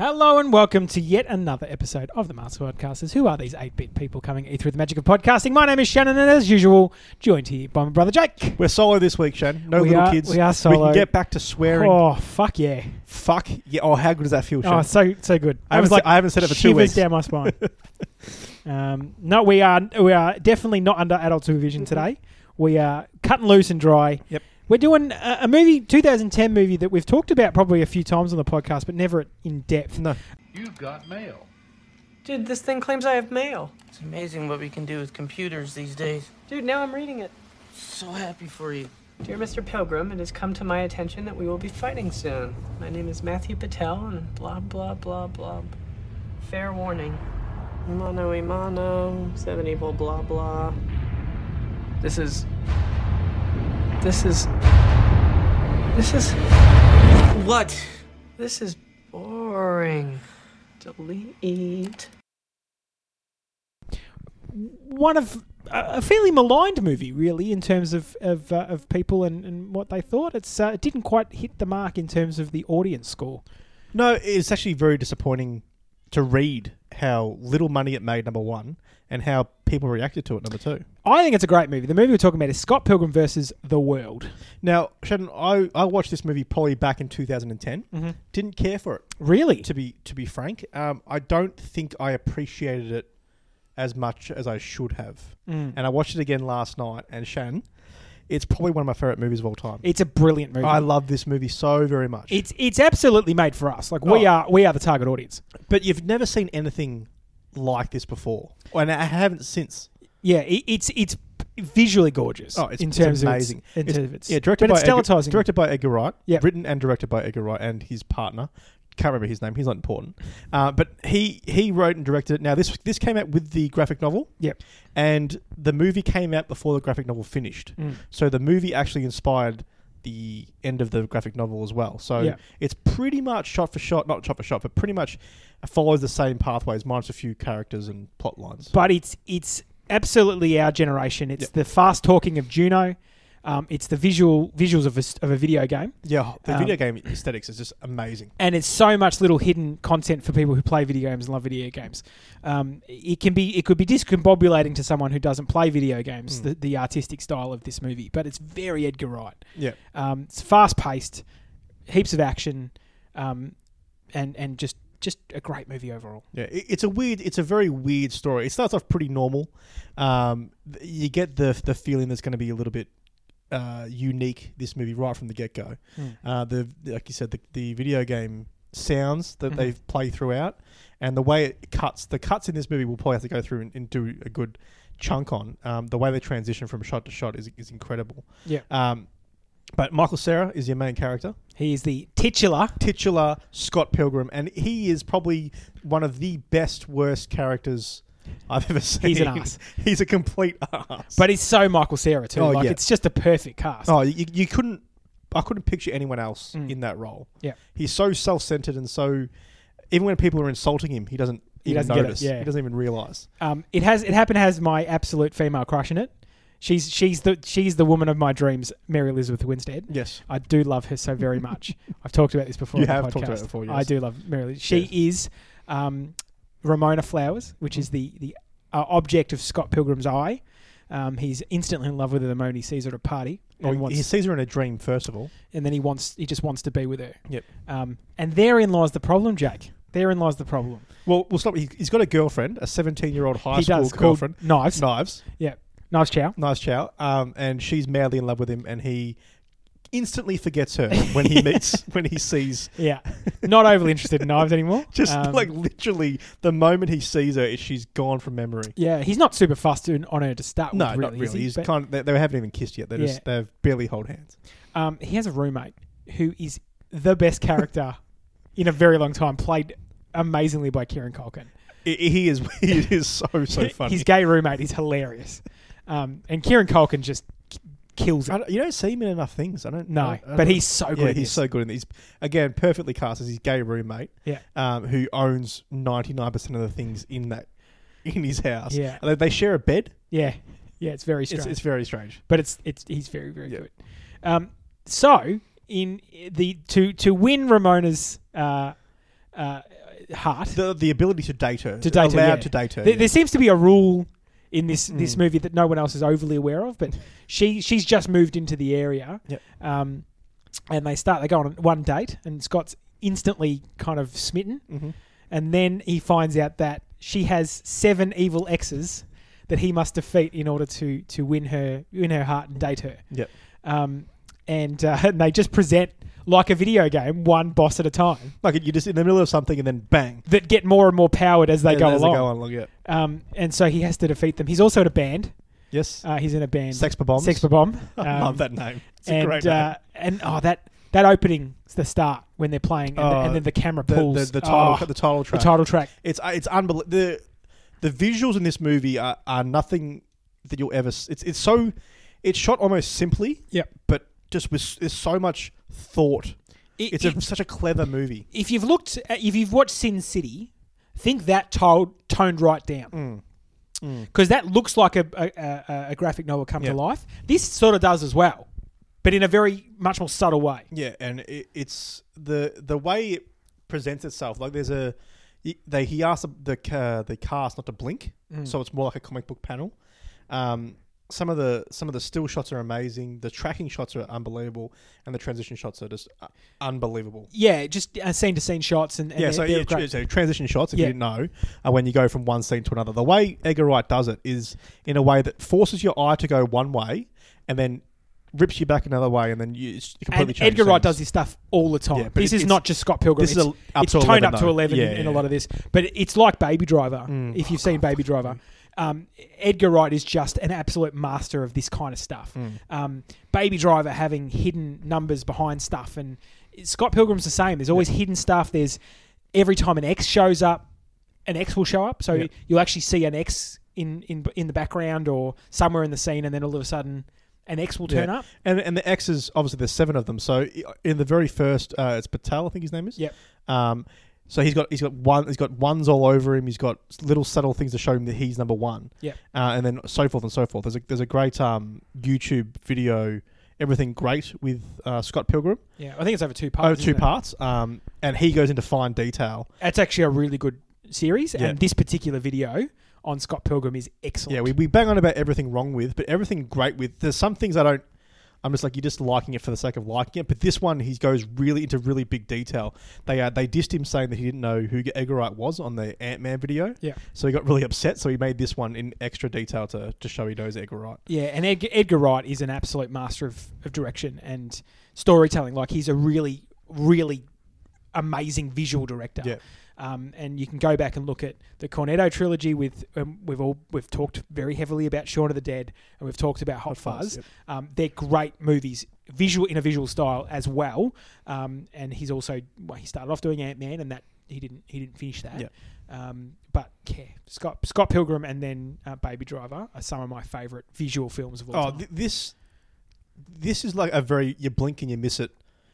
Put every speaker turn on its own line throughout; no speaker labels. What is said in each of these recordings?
Hello and welcome to yet another episode of the Master Podcasters. Who are these 8 bit people coming at you through the magic of podcasting? My name is Shannon, and as usual, joined here by my brother Jake.
We're solo this week, Shane. No
We
little
are-
kids.
we are
We
solo.
can get back to swearing.
Oh, fuck yeah.
Fuck. Yeah. Oh, how good does that feel, Shane?
Oh, so so good.
I, haven't
was
like,
like,
I haven't said it for two
shivers
weeks.
down my spine. um, no, we are we are definitely not under adult supervision today. We are cutting loose and dry.
Yep.
We're doing a, a movie, 2010 movie that we've talked about probably a few times on the podcast, but never in depth.
No.
You've got mail.
Dude, this thing claims I have mail.
It's amazing what we can do with computers these days.
Dude, now I'm reading it.
So happy for you.
Dear Mr. Pilgrim, it has come to my attention that we will be fighting soon. My name is Matthew Patel, and blah, blah, blah, blah. Fair warning. Mono imano, seven evil, blah, blah. This is. This is. This is.
What?
This is boring. Delete.
One of a a fairly maligned movie, really, in terms of of, uh, of people and, and what they thought. It's uh, it didn't quite hit the mark in terms of the audience score.
No, it's actually very disappointing to read how little money it made, number one, and how people reacted to it, number two.
I think it's a great movie. The movie we're talking about is Scott Pilgrim versus The World.
Now, Shannon, I, I watched this movie probably back in 2010. Didn't care for it,
Really?
to be to be frank. Um, I don't think I appreciated it as much as I should have. And I watched it again last night, and Shannon, it's probably one of my favorite movies of all time.
It's a brilliant movie.
I love this movie so very much.
It's it's absolutely made for us. Like we
Oh.
are we are the target audience.
but you've never seen anything like this before, and I haven't since.
Yeah, it, it's it's visually gorgeous.
Oh, it's,
in
it's
terms
amazing.
of its, in terms of its
yeah, directed
but
by
it's
Edgar,
delatizing.
directed by Edgar Wright.
Yeah.
written and directed by Edgar Wright and his partner. Can't remember his name. He's not important. Uh, but he he wrote and directed it. Now this this came out with the graphic novel.
Yep.
and the movie came out before the graphic novel finished.
Mm.
So the movie actually inspired the end of the graphic novel as well. So
Yeah.
it's pretty much shot for shot, not shot for shot, but pretty much follows the same pathways, minus a few characters and plot lines.
But it's it's absolutely our generation. It's
Yep.
the fast talking of Juno. Um, it's the visual visuals of a, s- of a video game,
yeah, the
Um,
video game aesthetics is just amazing.
and it's so much little hidden content for people who play video games and love video games. Um, it can be it could be discombobulating to someone who doesn't play video games.
Hmm.
The, the artistic style of this movie, but it's very Edgar Wright.
Yeah,
Um, it's fast paced, heaps of action, um, and and just just a great movie overall.
yeah. It, it's a weird, it's a very weird story. It starts off pretty normal. Um, th- you get the the feeling that's going to be a little bit uh, unique this movie right from the get go. Uh, the the- like you said, the, the video game sounds that
Mhm.
they play throughout, and the way it cuts. The cuts in this movie we'll probably have to go through and, and do a good chunk on. Um, the way they transition from shot to shot is is incredible.
Yeah.
Um, but Michael Sarah is your main character,
He is the titular.
titular Scott Pilgrim, and he is probably one of the best worst characters I've ever seen.
He's an arse.
He's a complete arse.
But he's so Michael Cera too.
Oh,
like
yeah.
it's just a perfect cast.
Oh, you, you couldn't. I couldn't picture anyone else in that role.
Mm. Yeah.
he's so self-centered and so. Even when people are insulting him, he doesn't.
He
even
doesn't get it,
notice.
yeah.
he doesn't even realize.
Um, it has it happened has my absolute female crush in it. She's she's the she's the woman of my dreams, Mary Elizabeth Winstead.
Yes.
I do love her so very much. I've talked about this before.
You
on the
have
podcast.
talked about it before, yes.
I do love Mary. Elizabeth. She is um, Ramona Flowers, which
Mm.
is the the uh, object of Scott Pilgrim's eye. Um, he's instantly in love with her the moment he sees her at a party, and,
Well,
wants,
Oh, he sees her in a dream first of all.
and then he wants he just wants to be with her.
Yep.
Um, and therein lies the problem, Jake. Therein lies the problem.
Well, we'll stop. He, he's got a girlfriend, a seventeen-year-old high
he
school
does called
girlfriend.
knives.
Knives,
Yeah, knives chow.
nice chow, um, and she's madly in love with him, and he instantly forgets her when he meets when he sees.
Yeah, not overly interested in knives anymore.
Just
Um,
like literally, the moment he sees her, she's gone from memory.
yeah, he's not super fussed in- on her to start
No,
with.
not
really, is
Oh, really.
he?
He's
But-
kind of, they, they haven't even kissed yet. They
Yeah.
just they've barely hold hands.
um, he has a roommate who is the best character in a very long time, played amazingly by Kieran Culkin.
I- I- He is he is so so funny.
His gay roommate is hilarious, um, and Kieran Culkin just k- kills
I
it.
don't- you don't see him in enough things. I don't.
No,
I don't-
but
I don't-
he's so good.
yeah,
in
he's
this.
so good in this. Again, perfectly cast as his gay roommate,
yeah.
um, who owns ninety nine percent of the things in that in his house.
Yeah.
and they, they share a bed.
Yeah, yeah, it's very strange.
It's, it's very strange.
but it's it's he's very very
Yeah.
good. Um, so in the to to win Ramona's uh, uh, heart,
The the ability to date her,
To date her,
allowed
yeah.
to date her.
there,
yeah.
there seems to be a rule in this this
Mm.
movie that no one else is overly aware of, but she she's just moved into the area.
Yep.
Um, and they start they go on one date, and Scott's instantly kind of smitten,
Mhm.
and then he finds out that she has seven evil exes that he must defeat in order to to win her win her heart and date her.
Yep.
Um, and uh, and they just present like a video game, one boss at a time,
Like you're just in the middle of something and then bang,
that get more and more powered as they
And
go
as
along.
They go along, yeah.
Um, and so he has to defeat them. He's also in a band.
Yes,
Uh, he's in a band.
sex per bombs.
Sex Bomb.
I love that name. It's
and
a great
uh,
name.
and oh that that opening, the start when they're playing, and, the,
Oh,
and then the camera
The,
pulls
the, the title,
Oh,
the title
the
track.
title track.
It's uh, it's unbelievable. The the visuals in this movie are, are nothing that you'll ever. s- It's it's so it's shot almost simply.
Yep.
but just with s- there's so much thought.
It-
It's
it-
a, such a clever movie.
if you've looked, at, if you've watched Sin City, think that told, toned right
Mm.
down. Because that looks like a, a, a, a graphic novel come
Yeah.
to life. This sort of does as well, but in a very much more subtle way.
Yeah, and it, it's the the way it presents itself. Like there's a he- they he asked the the, uh, the cast not to blink,
Mm.
so it's more like a comic book panel. Um, some of the some of the still shots are amazing. The tracking shots are unbelievable, and the transition shots are just uh, unbelievable.
Yeah, just uh, scene to scene shots and, and
Yeah,
they're-
so,
they're
yeah,
great.
tr- so transition shots, if
Yeah.
you didn't know, are when you go from one scene to another. The way Edgar Wright does it is in a way that forces your eye to go one way and then rips you back another way, and then you it's completely
and
change
Edgar Wright
scenes.
does this stuff all the time.
Yeah, but
this
it-
is
it's-
not just Scott Pilgrim.
this is
it's,
a- up
it's
to
toned
11
up to
though.
eleven in,
Yeah,
in a
yeah. Mm. Oh,
lot of this, but it's like Baby Driver. If you've seen Baby Driver, um, Edgar Wright is just an absolute master of this kind of stuff.
Mm.
Um, Baby Driver having hidden numbers behind stuff, and Scott Pilgrim's the same. There's always hidden stuff. There's every time an X shows up, an X will show up. So
Yeah.
you'll actually see an X in in in the background or somewhere in the scene, and then all of a sudden. An X will
Yeah.
turn up.
And and the X's obviously there's seven of them. So i- in the very first, uh, it's Patel, I think his name is.
Yep.
Um, so he's got he's got one he's got ones all over him. He's got little subtle things to show him that he's number one.
Yep.
Uh, and then so forth and so forth. There's a there's a great um YouTube video, everything great with uh, Scott Pilgrim.
Yeah, I think it's over two parts.
Oh,
isn't
two
it?
parts. Um, and he goes into fine detail.
That's actually a really good series,
Yeah.
and this particular video on Scott Pilgrim is excellent.
Yeah, we, we bang on about everything wrong with, but everything great with. There's some things I don't. I'm just like you're just liking it for the sake of liking it. But this one, he goes really into really big detail. They uh, they dissed him saying that he didn't know who Edgar Wright was on the Ant Man video.
Yeah.
So he got really upset. So he made this one in extra detail to, to show he knows Edgar Wright.
yeah, and Edgar, Edgar Wright is an absolute master of, of direction and storytelling. Like he's a really, really amazing visual director.
Yeah.
Um, and you can go back and look at the Cornetto trilogy. With um, we've all we've talked very heavily about Shaun of the Dead, and we've talked about Hot,
Fuzz,
Fuzz.
yep.
Um, they're great movies, visual in a visual style as well. Um, and he's also well, he started off doing Ant Man, and that he didn't he didn't finish that.
Yeah.
Um, but yeah, Scott Scott Pilgrim and then uh, Baby Driver are some of my favorite visual films of all
Oh,
time.
th- this this is like a very you blink and you miss it.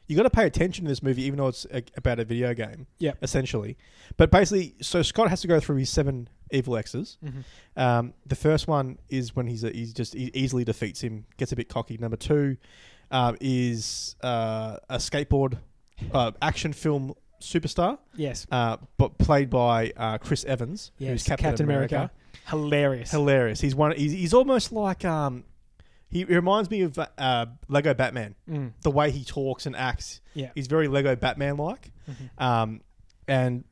You got to pay attention to this movie, even though it's a, about a video game.
Yep.
essentially. But basically, so Scott has to go through his seven evil exes.
Mhm.
Um, the first one is when he's a, he's just he easily defeats him, gets a bit cocky. Number two um, is uh, a skateboard uh, action film superstar,
yes,
uh, but played by uh, Chris Evans,
yes,
who's Captain, America.
hilarious.
Hilarious. He's one. He's, he's almost like um, he he reminds me of uh, Lego Batman.
Mm.
The way he talks and acts,
Yeah. Mm-hmm.
he's very Lego Batman like. Um, and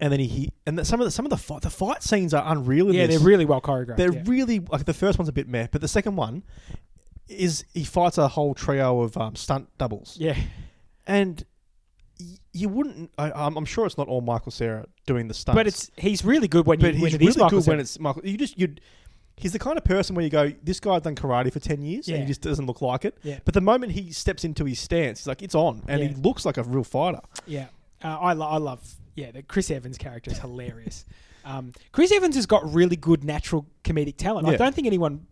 and then he, he and the, some of the some of the fight, the fight scenes are unreal. In
yeah,
this.
they're really well choreographed.
They're
yeah.
really like the first one's a bit meh, but the second one is he fights a whole trio of um, stunt doubles,
yeah,
and y- you wouldn't. I, I'm, I'm sure it's not all Michael Sarah doing the stunts,
but it's he's really good when you
but
when
he's
it
really
is
good
Michael
when
Cera.
it's Michael. You just you. He's the kind of person where you go, this guy's done karate for ten years, and
Yeah.
he just doesn't look like it.
Yeah.
But the moment he steps into his stance, he's like, it's on, and he
Yeah.
looks like a real fighter.
Yeah, uh, I, lo- I love. Yeah, the Chris Evans character is hilarious. Um, Chris Evans has got really good natural comedic talent. I
Yeah.
don't think anyone,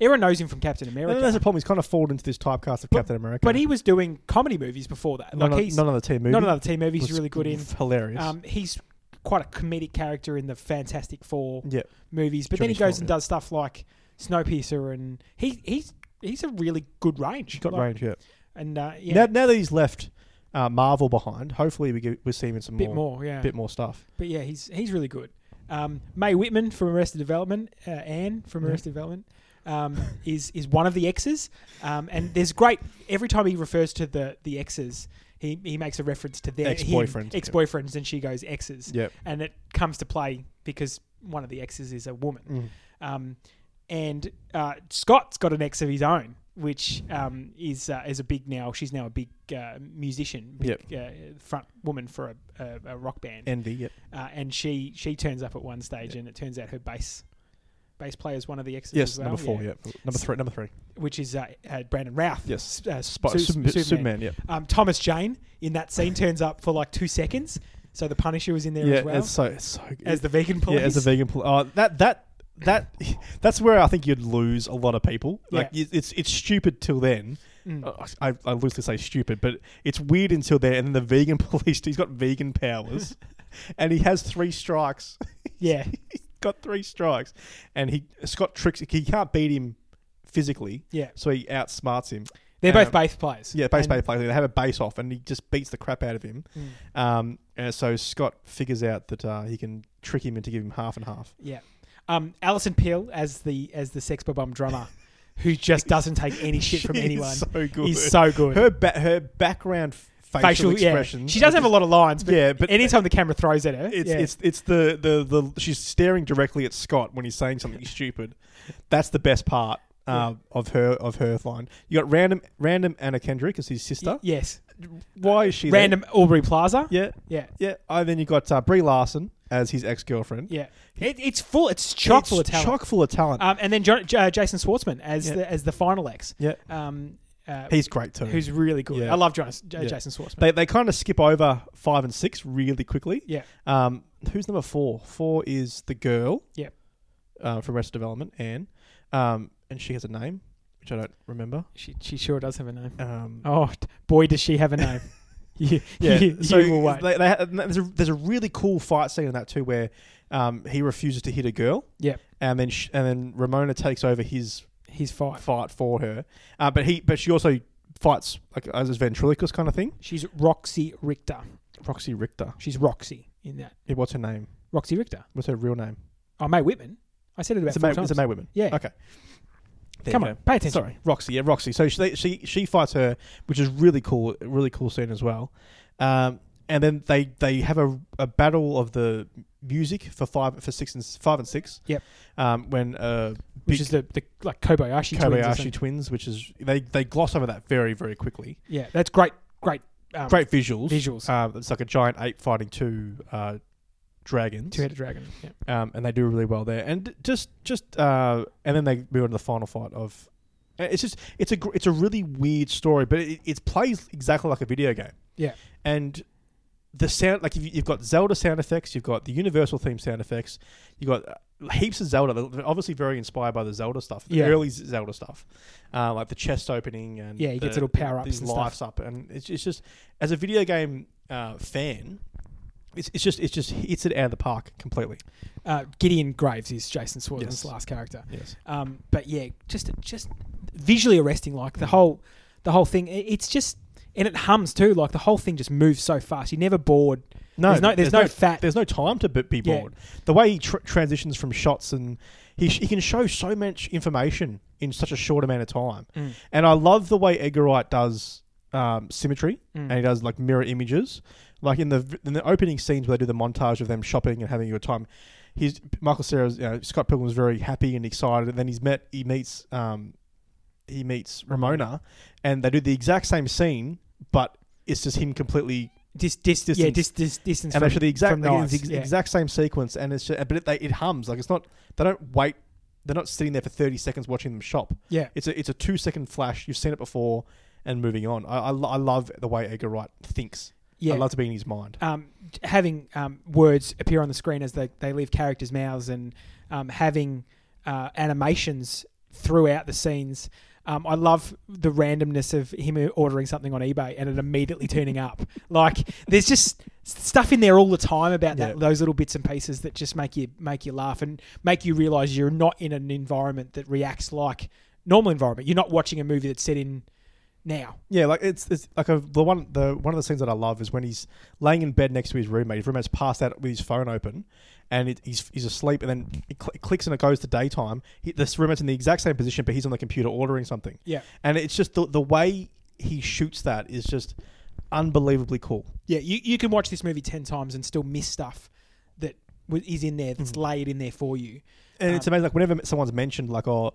everyone knows him from Captain America.
And that's the problem. He's kind of fallen into this typecast of Captain America.
But he was doing comedy movies before that.
none,
like
of-
he's
none of the team movie.
not another team movie. He's
was
really good in.
Hilarious.
Um, he's quite a comedic character in the Fantastic Four
Yeah.
movies, but
Johnny
then he goes
Storm,
and
yeah.
does stuff like Snowpiercer, and he he's he's a really good range.
Got
like-
range, yeah.
and uh, yeah,
Now, now that he's left uh, Marvel behind, hopefully we get, we see him in some
bit more, yeah,
bit more stuff.
but yeah, he's he's really good. Um, May Whitman from Arrested Development, uh, Anne from
Yeah.
Arrested Development, um, is is one of the exes. Um, and there's great every time he refers to the the exes, he, he makes a reference to their him,
Ex-boyfriends, yeah.
ex-boyfriends, and she goes exes,
Yep.
and it comes to play because one of the exes is a woman. Um, and uh, Scott's got an ex of his own, which um, is uh, is a big now. She's now a big uh, musician, big, uh, front woman for a, a, a rock band
Envy, yep.
uh, and she she turns up at one stage, and it turns out her bass bass player is one of the exes.
Yes,
as well,
number four, yeah. Number three, number three.
which is uh, uh, Brandon Routh.
Yes.
S- uh,
But
Su-
Superman,
Superman.
Superman, yep.
Um, Thomas Jane in that scene turns up for like two seconds, so the Punisher was in there
yeah,
as well
it's so, it's so good.
as the vegan police.
Yeah, as a vegan poli- Oh, that that that that's where I think you'd lose a lot of people. Like y it's it's stupid till then.
Mm.
Uh, I, I loosely say stupid, but it's weird until then. And then the vegan police. He's got vegan powers, and he has three strikes.
yeah,
he's got three strikes, and he Scott tricks. He can't beat him physically.
Yeah.
So he outsmarts him.
they're
Um,
both bass players.
Yeah, base
And-
base play. They have a base off, and he just beats the crap out of him.
Mm.
Um, and so Scott figures out that uh, he can trick him into giving him half and half.
Yeah, um, Alison Peel as the as the sex bomb drummer, who just doesn't take any shit from
She's
anyone.
so good.
He's so good.
Her ba- her background facial,
yeah.
expressions.
She does have a lot of lines, but
Yeah, but-
anytime the camera throws at her,
It's
yeah.
it's it's the, the the she's staring directly at Scott when he's saying something stupid. That's the best part uh, of her of her line. You got random random Anna Kendrick as his sister.
Y- yes.
Why is she there?
Random Aubrey Plaza.
Yeah,
Yeah.
yeah. Oh, then you got uh, Brie Larson as his ex girlfriend.
Yeah. It, it's full. It's chock full of talent.
Chock full of talent.
um, and then John, J- uh, Jason Schwartzman as
Yeah.
the as the final ex.
yeah,
Um, uh,
he's great too.
who's really good.
Yeah.
I love Jonas, J-
Yeah.
Jason Schwartzman.
they they kind of skip over five and six really quickly.
yeah.
Um, who's number four? Four is the girl.
Yep.
Uh, from Rest Development, Anne, um, and she has a name which I don't remember.
She she sure does have a name.
Um,
Oh t- boy, does she have a name. you,
yeah.
Oh, you,
so
you will wait.
they, they ha- there's a there's a really cool fight scene in that too, where um, he refuses to hit a girl.
Yep.
And then sh- and then Ramona takes over his
He's five.
fight for her, uh, but he but she also fights like as a ventriloquist kind of thing.
She's Roxy Richter.
Roxy Richter.
She's Roxy in that.
Yeah, what's her name?
Roxy Richter.
What's her real name?
Oh, May Whitman. I said it about
It's a,
four
ma-
times.
it's a May Women.
Yeah.
Okay. There
Come
you
on,
go.
pay attention.
Sorry, Roxy. Yeah, Roxy. So she, she she fights her, which is really cool. Really cool scene as well. Um, and then they they have a, a battle of the music for five for six and s- five and six.
Yep.
Um, when uh,
Which
big
is the, the like Kobayashi, twins or
Kobayashi
something.
twins, which is they they gloss over that very very quickly.
Yeah, that's great. Great. Um,
Great visuals.
visuals.
Um, it's like a giant ape fighting two uh, dragons.
Two-headed dragon. Yeah.
um, and they do really well there. And just just uh, and then they move on to the final fight of. uh, It's just it's a gr- it's a really weird story, but it, it plays exactly like a video game.
Yeah.
And the sound like if you- you've got Zelda sound effects, you've got the Universal theme sound effects, you've got uh, heaps of Zelda. They're obviously very inspired by the Zelda stuff, the
Yeah.
early Z- Zelda stuff, uh, like the chest opening and
Yeah, he gets
the-
little power-ups
these
and stuff.
lifes up, and it's, it's just as a video game uh, fan, it's, it's just it's just hits it out of the park completely.
Uh, Gideon Graves is Jason Schwartzman's
Yes.
last character.
Yes.
Um, but yeah, just just visually arresting. Like the whole the whole thing. It, it's just and it hums too. Like the whole thing just moves so fast. You're never bored.
No,
there's no there's, no, fat.
There's no time to b- be
Yeah.
bored. The way he tr- transitions from shots and he, sh- he can show so much information in such a short amount of time. And I love the way Edgar Wright does um, symmetry and he does like mirror images. Like in the v- in the opening scenes where they do the montage of them shopping and having a good time. He's Michael Sarah's you know, Scott Pilgrim is very happy and excited, and then he's met he meets um, he meets Ramona, and they do the exact same scene, but it's just him completely
Dis, dis, Yeah,
distance.
dis, dis, distance.
and
from,
they show the exact
from
like,
knives.
it's the ex-
Yeah.
exact same sequence, and it's just, but it, they, it hums like it's not. They don't wait. They're not sitting there for thirty seconds watching them shop.
Yeah.
It's a it's a two second flash. You've seen it before, and moving on. I I, lo- I love the way Edgar Wright thinks.
Yeah.
I love to be in his mind.
um, having um, words appear on the screen as they, they leave characters' mouths and um, having uh, animations throughout the scenes. Um, I love the randomness of him ordering something on eBay and it immediately turning up. Like there's just stuff in there all the time about that
Yeah.
those little bits and pieces that just make you make you laugh and make you realize you're not in an environment that reacts like normal environment. You're not watching a movie that's set in now.
Yeah, like it's, it's like a, the one the one of the scenes that I love is when he's laying in bed next to his roommate. His roommate's passed out with his phone open, and it, he's he's asleep. And then it, cl- it clicks and it goes to daytime. He, this roommate's in the exact same position, but he's on the computer ordering something.
Yeah.
and it's just the the way he shoots that is just unbelievably cool.
Yeah, you, you can watch this movie 10 times and still miss stuff that w- is in there
Mm.
that's laid in there for you.
And
Um,
it's amazing. Like whenever someone's mentioned, like oh.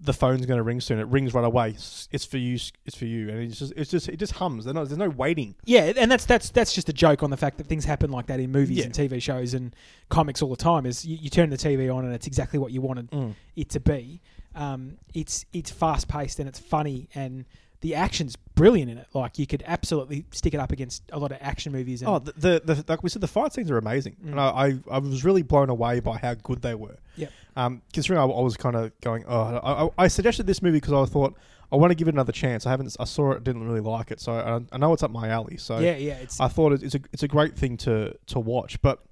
The phone's going to ring soon. It rings right away. S- It's for you. s- It's for you. And it's just, it's just, it just hums. There's no, there's no waiting.
Yeah, and that's that's that's just a joke on the fact that things happen like that in movies
Yeah.
and TV shows and comics all the time. Is you, you turn the TV on and it's exactly what you
Mm.
wanted it to be. Um, it's it's fast paced and it's funny and the action's brilliant in it. Like you could absolutely stick it up against a lot of action movies. And,
Oh, the, the, the like we said, the fight scenes are amazing, and I, I, I was really blown away by how good they were.
Mm. Yep.
Um, considering I, I was kind of going, oh, I, I- I suggested this movie because I thought I want to give it another chance. I haven't, I saw it, didn't really like it, so I, I know it's up my alley. So
yeah, yeah, it's
I thought it, it's a, it's a great thing to to watch. But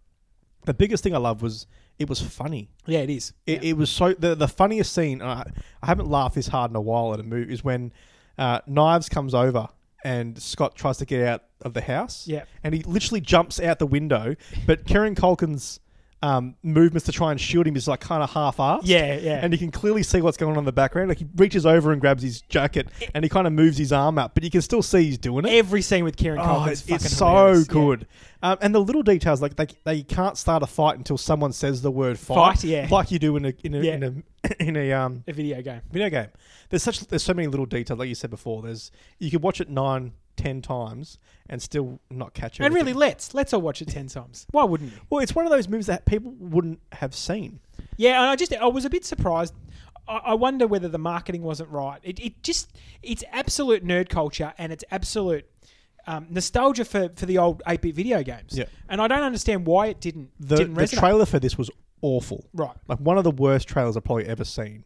the biggest thing I loved was it was funny.
yeah, it is.
It, it was so the, the funniest scene. And I, I haven't laughed this hard in a while at a movie is when uh, Knives comes over and Scott tries to get out of the house.
Yeah.
and he literally jumps out the window. But Karen Culkin's um, movements to try and shield him is like kind of half-assed.
Yeah, yeah.
And you can clearly see what's going on in the background. Like he reaches over and grabs his jacket, and he kind of moves his arm up, but you can still see he's doing it.
Every scene with Kieran
Oh,
Culkin is
it's,
fucking
it's so
hilarious. Yeah.
good. Um, and the little details, like they, they can't start a fight until someone says the word fight,
Fight, yeah.
like you do in a in a,
Yeah.
in a, in a um,
A video game.
video game. There's such there's so many little details, like you said before. There's you could watch it nine, ten times and still not catch it.
And really, let's let's all watch it ten times. Why wouldn't you?
well, it's one of those movies that people wouldn't have seen.
Yeah, and I just I was a bit surprised. I, I wonder whether the marketing wasn't right. It, it just it's absolute nerd culture and it's absolute um, nostalgia for, for the old eight bit video games.
Yeah.
and I don't understand why it didn't
The,
didn't
the
resonate.
trailer for this was awful.
right.
like one of the worst trailers I've probably ever seen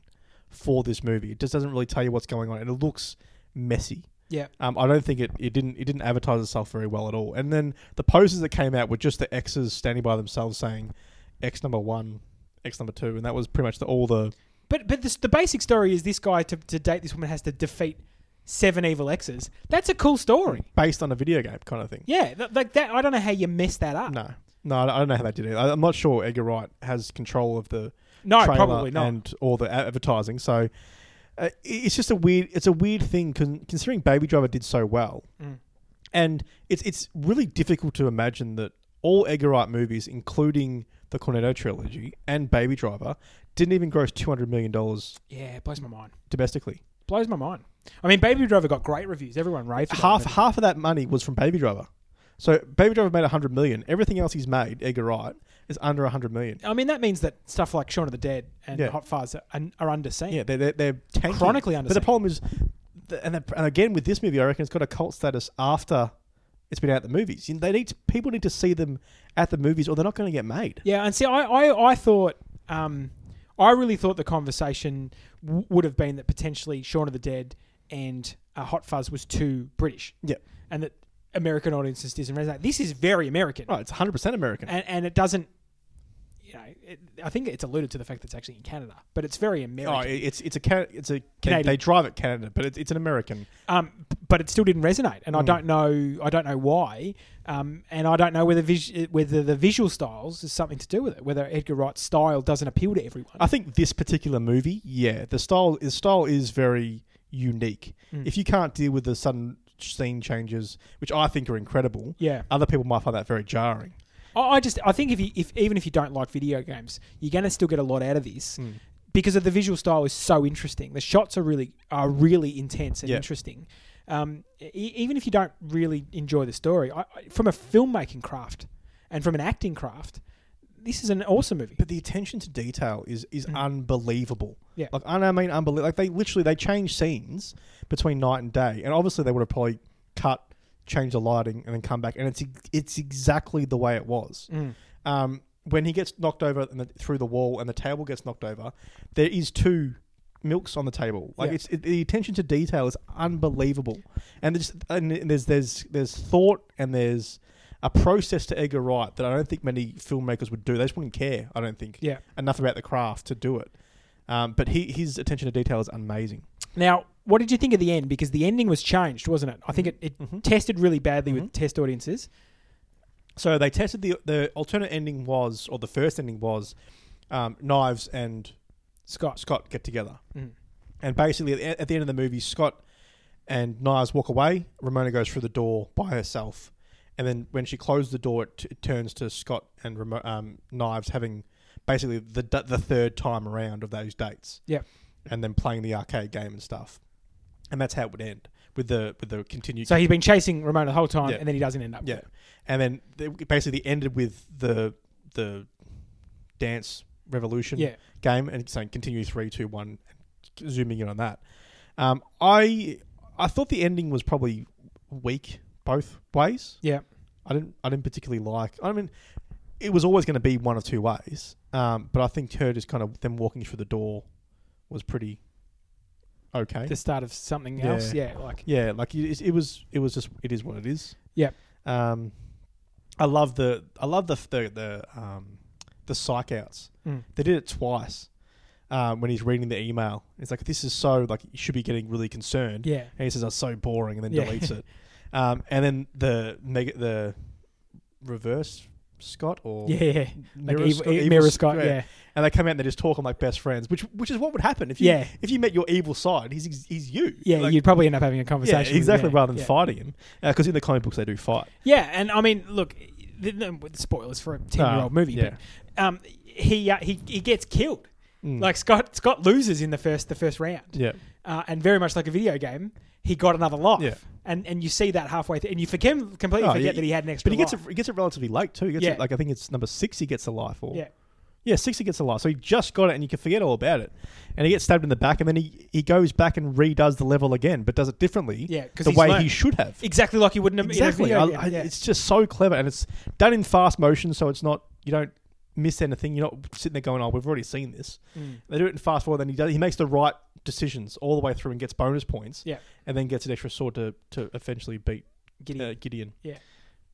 for this movie. It just doesn't really tell you what's going on, and it looks messy.
Yeah.
Um, I don't think it, it didn't it didn't advertise itself very well at all. And then the posters that came out were just the X's standing by themselves saying X number one, X number two, and that was pretty much the, all the
But but this, the basic story is this guy to, to date this woman has to defeat seven evil exes. That's a cool story.
based on a video game kind of thing.
Yeah, th- like that. I don't know how you mess that up.
No, no, I don't- I don't know how they did it. I, I'm not sure Edgar Wright has control of the
No,
trailer
probably not.
and all the advertising. So uh, it- it's just a weird it's a weird thing con- considering Baby Driver did so well,
Mm.
and it's it's really difficult to imagine that all Edgar Wright movies, including the Cornetto trilogy and Baby Driver, didn't even gross two hundred million dollars
Yeah, it blows my mind.
domestically.
Blows my mind. I mean, Baby Driver got great reviews. Everyone raved. about
Half
it.
half of that money was from Baby Driver. So Baby Driver made 100 million. Everything else he's made, Edgar Wright, is under 100 million.
I mean, that means that stuff like Shaun of the Dead and
Yeah.
Hot Fuzz are, are underseen.
Yeah, they're they're, they're tanking.
Chronically
But the
underseen.
problem is, the- and, the- and again with this movie, I reckon it's got a cult status after it's been out at the movies. You know, They need to- people need to see them at the movies, or they're not going to get made.
Yeah, and see, I, I, I thought, um, I really thought the conversation w- would have been that potentially Shaun of the Dead and uh, Hot Fuzz was too British.
Yeah.
And that American audiences doesn't resonate. This is very American.
Right, it's 100% American.
And, and it doesn't, you know, it, I think it's alluded to the fact that it's actually in Canada, but it's very American.
Oh, it's it's a Can- it's a they,
Canadian.
they drive it Canada, but it's it's an American.
um, but it still didn't resonate,
Hmm.
and I don't know, I don't know why, um, and I don't know whether vis- whether the visual styles is something to do with it, whether Edgar Wright's style doesn't appeal to everyone.
I think this particular movie, yeah, the style the style is very unique.
Mm.
If you can't deal with the sudden scene changes, which I think are incredible,
Yeah.
other people might find that very jarring.
I, I just, I think if you, if even if you don't like video games, you're going to still get a lot out of this
Hmm.
because of the visual style is so interesting. The shots are really are really intense and
Yeah.
interesting. Um, e- even if you don't really enjoy the story, I, I, from a filmmaking craft and from an acting craft, this is an awesome movie.
but the attention to detail is is unbelievable.
Yeah.
like and I mean, unbelievable. Like they literally they change scenes between night and day, and obviously they would have probably cut, change the lighting, and then come back, and it's ex- it's exactly the way it was. Um, when he gets knocked over and the, through the wall, and the table gets knocked over, there is two milks on the table. Like
Yeah.
it's it, the attention to detail is unbelievable, and there's and there's there's there's thought and there's a process to Edgar Wright that I don't think many filmmakers would do. They just wouldn't care. I don't think
Yeah.
enough about the craft to do it. Um, but he, his attention to detail is amazing.
Now, what did you think of the end? Because the ending was changed, wasn't it? I think it, it
Mhm.
tested really badly
Mm-hmm.
with test audiences.
So they tested the the alternate ending was or the first ending was um, knives and
Scott.
Scott get together.
Mm.
And basically, at the- at the end of the movie, Scott and Niles walk away. Ramona goes through the door by herself. And then when she closed the door, it, t- it turns to Scott and Ramo- um, Knives having basically the, d- the third time around of those dates.
Yep.
And then playing the arcade game and stuff. And that's how it would end with the with the continued.
So he's been chasing Ramona the whole time,
Yeah.
and then he doesn't end up. with
yeah.
it.
And then they basically ended with the the dance revolution
Yeah.
game and saying continue three, two, one, and zooming in on that. Um, I I thought the ending was probably weak both ways.
Yeah.
I didn't I didn't particularly like. I mean, it was always going to be one of two ways. Um, but I think her just kind of them walking through the door was pretty okay.
The start of something
Yeah.
else. Yeah. Like.
yeah, like it, it was it was just it is what it is.
Yep.
Um, I love the I love the the the um the psych outs.
Mm.
They did it twice um, when he's reading the email. It's like this is so like you should be getting really concerned.
Yeah.
And he says that's so boring, and then
Yeah.
deletes it. Um, and then the mega the reverse Scott or
Yeah. yeah. Like
Mirror
Eva-
Scott-
Eva-
Evil
Mirror
Sc-
Scott. Yeah.
and they come out and they just talk. I'm like best friends, which which is what would happen if you
Yeah.
if you met your evil side. He's he's- he's you.
Yeah.
Like,
you'd probably end up having a
yeah,
conversation. with-
exactly.
yeah,
Rather than
yeah.
fighting him, because in the comic books they do fight.
Yeah, and I mean, look, th- th- spoilers for a ten-year-old
Ah,
movie,
yeah.
but um, he uh, he he gets killed.
Mm.
Like Scott Scott loses in the first the first round,
Yeah,
uh, and very much like a video game, he got another life.
Yeah.
And and you see that halfway through, and you forget completely
Oh,
forget
yeah,
that he had an extra.
but he gets it,
life.
he gets it relatively late too. He gets
Yeah.
it, like I think it's number six. He gets a life or
yeah.
Yeah, sixty gets a life. So he just got it, and you can forget all about it. And he gets stabbed in the back, and then he, he goes back and redoes the level again, but does it differently.
Yeah, 'cause
the
he's
way
learned.
he should have.
Exactly like you wouldn't have
Exactly.
In a
I,
video
I,
game. yeah.
It's just so clever, and it's done in fast motion, so it's not you don't miss anything. You're not sitting there going, "Oh, we've already seen this."
Mm.
They do it in fast forward, then he does. He makes the right decisions all the way through and gets bonus points.
Yeah.
and then gets an extra sword to to eventually beat
Giddy.
Uh, Gideon.
Yeah.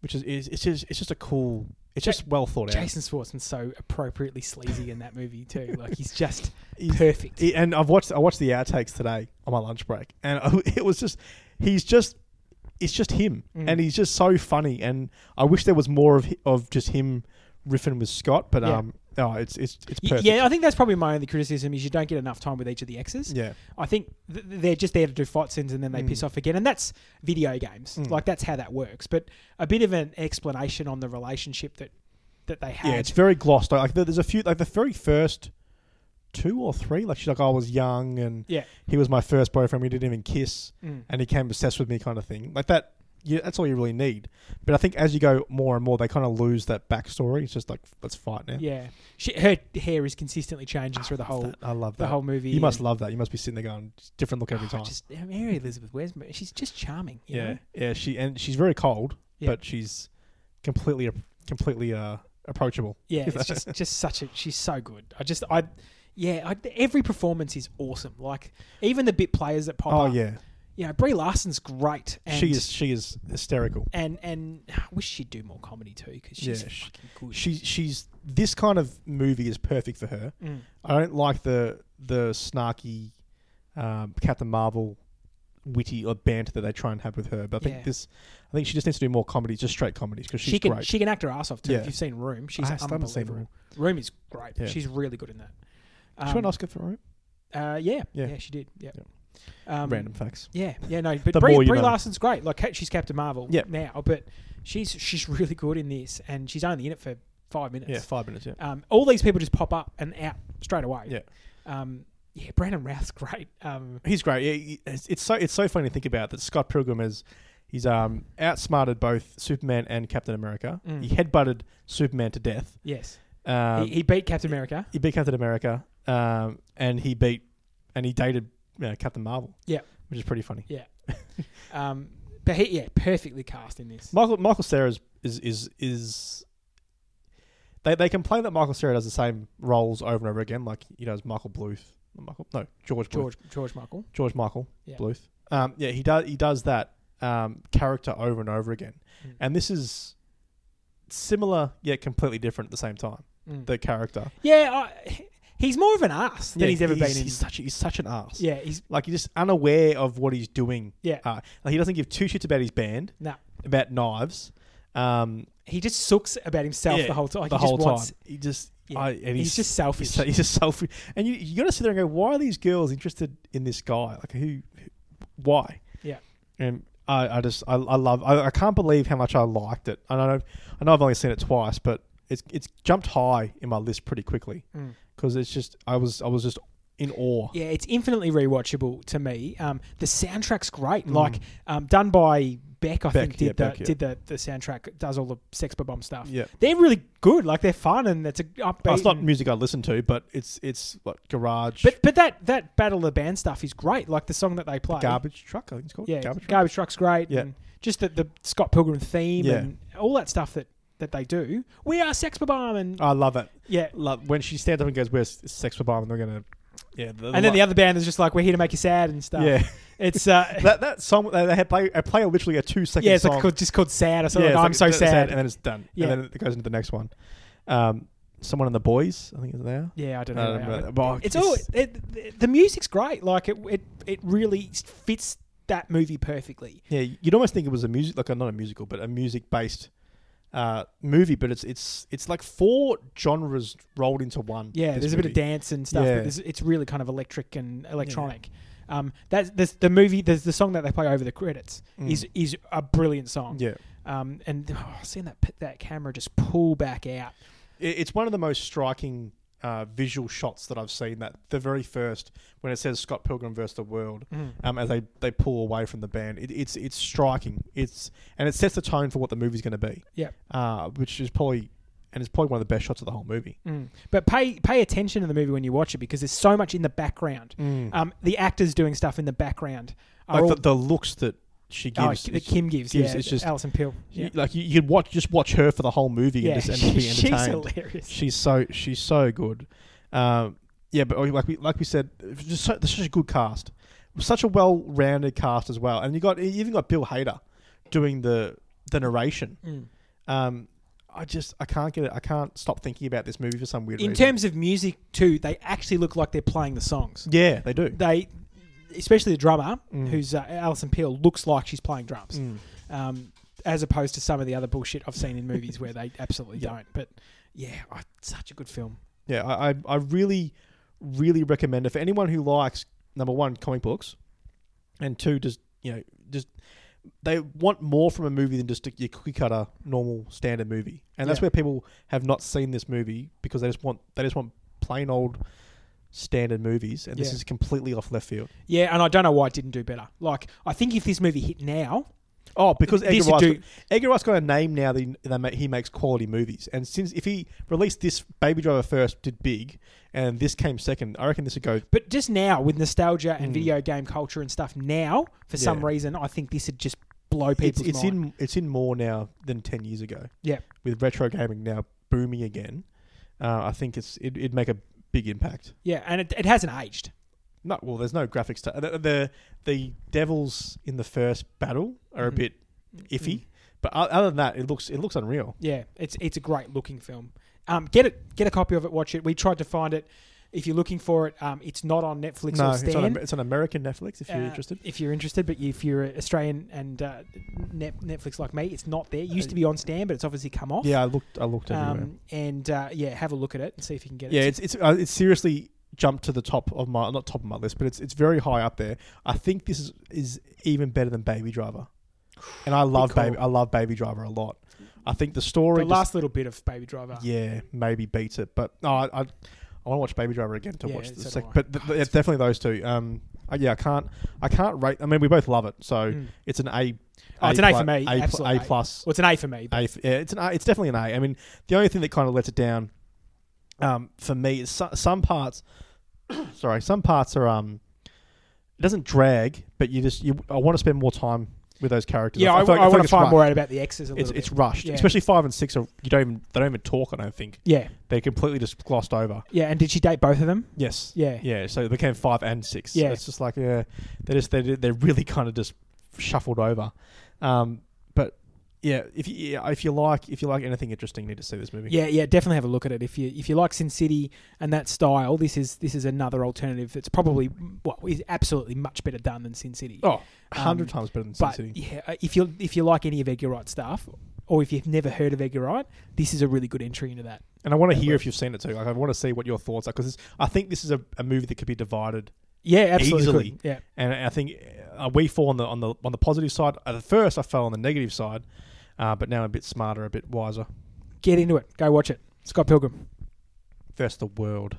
which is, is it's just it's just a cool. It's
Ja-
just well thought out.
Jason Schwartzman's so appropriately sleazy in that movie too. Like he's just
He's-
perfect.
He- and I've watched I watched the outtakes today on my lunch break, and I- it was just he's just it's just him,
Mm.
and he's just so funny. And I wish there was more of hi- of just him riffing with Scott, but
Yeah.
um, oh, it's it's it's
Y-
perfect.
Yeah, I think that's probably my only criticism is you don't get enough time with each of the exes.
yeah, Mm.
I think th- they're just there to do fight scenes and then they piss off again. And that's video games. Like that's how that works. But a bit of an explanation on the relationship that that they had.
yeah. It's very glossed. Like there- there's a few like the very first two or three. Like she's like I was young, and
Yeah.
he was my first boyfriend. We didn't even kiss,
Mm.
and he came obsessed with me, kind of thing. Like that. Yeah, that's all you really need. But I think as you go more and more, they kind of lose that backstory. It's just like let's fight now.
yeah. She, her hair is consistently changing through the whole
that. Ah, I love that.
the whole movie.
you must
and-
love that. You must be sitting there going "It's different look every
Oh,
time.
just Mary Elizabeth Westman. She's just charming. You
yeah,
Know?
yeah. She and she's very cold,
Yeah.
but she's completely completely uh, approachable.
Yeah, it's just just such a she's so good. I just I yeah, I, every performance is awesome. Like even the bit players that pop
Oh
up.
yeah,
You know, Brie Larson's great. And
she is she is hysterical.
and and I wish she'd do more comedy too because she's
Yeah, she-
fucking good.
She's she's this kind of movie is perfect for her.
Mm.
I don't like the the snarky um, Captain Marvel witty or banter that they try and have with her. But I think
Yeah.
this, I think she just needs to do more comedies, just straight comedies because she's
she can
great. Ah,
she can act her ass off too.
Yeah.
If you've seen Room, she's
I haven't seen
unbelievable. Um, Room.
Room.
is great.
Yeah.
She's really good in that.
she won an Oscar for it.
uh, yeah, yeah,
Yeah.
she did. Yeah.
Yeah.
Um,
Random facts.
Yeah, yeah, no, but
The
Brie,
more you
Brie
know.
Larson's great. Like Ca- she's Captain Marvel
Yeah.
now, but she's she's really good in this, and she's only in it for five minutes.
Yeah, five minutes. Yeah.
Um, all these people just pop up and out straight away.
Yeah.
Um, yeah, Brandon Routh's great. Um,
He's great. Yeah, he- it's, it's so it's so funny to think about that Scott Pilgrim is he's um outsmarted both Superman and Captain America.
Mm.
He headbutted Superman to death.
yes,
Um,
he,
he,
he beat Captain America.
beat Captain America, um, and he beat and he dated you know, Captain Marvel.
Yeah.
which is pretty funny.
Um, but he, yeah, perfectly cast in this.
Michael Michael Sarah is is is. is they, they complain that Michael Cera does the same roles over and over again, like he does Michael Bluth, Michael. No, George. Bluth.
George George Michael.
George Michael
Yeah.
Bluth. Um, yeah, he does he does that um, character over and over again,
Mm.
and this is similar yet completely different at the same time.
Mm.
The character
Yeah, I, he's more of an ass than
Yeah,
he's ever been. In,
He's such he's such an ass.
yeah, he's
Like he's just unaware of what he's doing.
Yeah.
Uh, like he doesn't give two shits about his band,
no.
about knives. Um,
He just sucks about himself
yeah,
the whole time. Like,
the
he just
whole
wants-
time. He just
Yeah.
I, and
he's,
he's,
just selfish.
he's, so- he's just selfish. And you you gotta sit there and go, why are these girls interested in this guy? Like who, who why?
Yeah.
And I, I just I, I love I, I can't believe how much I liked it. And I know I know I've only seen it twice, but it's it's jumped high in my list pretty quickly
Mm.
because it's just I was I was just in awe.
Yeah, it's infinitely rewatchable to me. Um, the soundtrack's great.
Mm.
Like um, done by Beck, I
Beck,
think did
yeah,
the
Beck, yeah.
did the, the soundtrack. Does all the Sex Bomb stuff.
Yeah.
They're really good. Like they're fun and it's a upbeat.
Oh, it's not
and-
music I listen to, but it's it's like garage
but but that that battle of the band stuff is great. Like the song that they play.
garbage truck. I think it's called
Yeah,
garbage
garbage,
truck.
truck's great.
Yeah.
and just the, the Scott Pilgrim theme
Yeah.
and all that stuff that, that they do. We are Sex Bomb and
I love it.
yeah.
Love when she stands up and goes, "Where's sex for bomb?" And they're gonna yeah. The,
And then the other band is just like, we're here to make you sad and stuff.
yeah.
It's uh,
that that song they they had play I play literally a two second
yeah, it's
song.
like called, just called sad or something.
it's
like, I'm
like,
so
it's
sad.
and then it's done.
Yeah.
And then it goes into the next one. Um, someone in the boys, I think it's there.
Yeah, I don't know.
I don't
about
know,
it.
but- oh,
it's
it's-
all it, the music's great. Like it, it, it really fits that movie perfectly.
Yeah, you'd almost think it was a music like not a musical, but a music based uh, movie. But it's it's it's like four genres rolled into one.
Yeah,
this
there's a bit of
movie.
dance and stuff,
Yeah.
but there's, it's really kind of electric and electronic. Um, that's there's the movie. There's the song that they play over the credits
Mm.
is is a brilliant song.
Yeah,
Um, and oh, seeing that p- that camera just pull back out.
It- it's one of the most striking uh, visual shots that I've seen. That the very first when it says Scott Pilgrim versus the World, um, as they, they pull away from the band, it, it's it's striking. It's and it sets the tone for what the movie's going to be.
Yep.
uh, which is probably and it's probably one of the best shots of the whole movie.
Mm. But pay pay attention to the movie when you watch it because there's so much in the background.
Mm.
Um, the actors doing stuff in the background are
Uh, Like
all
the, the looks that she
oh,
gives,
that
it's-
Kim gives.
gives,
yeah,
it's just-
Alison Pill. Yeah.
you- like you, you'd watch just watch her for the whole movie and just, and just be
she's
entertained.
hilarious.
She's so she's so good. Um, yeah, but like we like we said, it was just so, this is a good cast, such a well-rounded cast as well. And you got you even got Bill Hader doing the the narration. Um, I just I can't get it. I can't stop thinking about this movie for some weird
In
reason.
terms of music too, they actually look like they're playing the songs.
yeah, Mm. they do.
They, especially the drummer, who's uh, Alison Peel, looks like she's playing drums,
Mm.
um, as opposed to some of the other bullshit I've seen in movies where they absolutely
Yeah.
don't. But yeah, oh, such a good film.
Yeah, I, I I really really recommend it for anyone who likes number one comic books, and two just you know just they want more from a movie than just a, your cookie cutter normal standard movie, and that's
Yeah.
where people have not seen this movie because they just want they just want plain old standard movies, and this
Yeah.
is completely off left field.
Yeah, and I don't know why it didn't do better. Like, I think if this movie hit now,
Oh, because
This
Edgar
would
Wright's,
do-
got, Edgar Wright's got a name now that he, that ma- he makes quality movies. And since if he released this Baby Driver first, did big, and this came second, I reckon this would go
but just now with nostalgia and video game culture and stuff, now for some
Mm. Yeah.
reason, I think this would just blow
it's,
people's
it's
mind.
in it's in more now than ten years ago.
Yeah.
with retro gaming now booming again, uh, I think it's it, it'd make a big impact.
yeah, and it, it hasn't aged.
No, well, there's no graphics. To, the, the the devils in the first battle are a
Mhm.
bit iffy, but o- other than that, it looks it looks unreal.
Yeah, it's it's a great looking film. Um, get it, get a copy of it, watch it. We tried to find it. If you're looking for it, um, it's not on Netflix
no,
or
it's
Stan.
on, Amer- it's on American Netflix if you're
Uh,
interested.
if you're interested, but if you're Australian and uh, Net- Netflix like me, it's not there. It used to be on Stan, but it's obviously come off.
Yeah, I looked I looked everywhere.
Um, and uh, yeah, have a look at it and see if you can get
yeah,
it.
it's it's uh, it's seriously jumped to the top of my not top of my list, but it's it's very high up there. I think this is is even better than Baby Driver, and I love
call.
Baby I love Baby Driver a lot. I think the story
the
just-
last little bit of Baby Driver.
yeah maybe beats it, but no, I I, I want to watch Baby Driver again to
Yeah,
watch the
so do
second.
I.
But th- th- it's definitely those two. Um, I- yeah, I can't I can't rate. I mean, we both love it, so
Mm.
it's an A.
Oh, it's an A for
plu-
me,
A, pl-
absolute
a
A.
plus.
Well, it's an A for me. but-
A, f- yeah, it's an A. It's definitely an A. I mean, the only thing that kind of lets it down, um, for me is so, some parts. sorry, some parts are um, it doesn't drag, but you just you. I want to spend more time with those characters.
Yeah, I,
feel like- feel
want
like
to
it's
find more
rushed.
out about the X's a little
It's,
bit.
it's rushed,
Yeah.
especially five and six. Are you don't even they don't even talk. I don't think
yeah,
they're completely just glossed over.
yeah. And did she date both of them?
Yes.
Yeah.
Yeah. So it became five and six.
Yeah.
So it's just like yeah, they're just they're, they're really kind of just shuffled over. Um, but yeah, if you yeah, if you like if you like anything interesting, you need to see this movie.
Yeah, yeah, definitely have a look at it if you if you like Sin City and that style. This is this is another alternative that's probably well is absolutely much better done than Sin City.
Oh, a hundred
Um,
times better than Sin
but
City.
yeah, uh, if you if you like any of Edgar Wright stuff, or if you've never heard of Edgar Wright, this is a really good entry into that.
And I want to hear if you've seen it too. Like I want to see what your thoughts are because I think this is a, a movie that could be divided.
Yeah, absolutely.
Easily.
could. Yeah,
And I think uh, we fall on the on the on the positive side. At first, I fell on the negative side, uh, but now I'm a bit smarter, a bit wiser.
get into it. Go watch it. Scott Pilgrim.
Versus the world.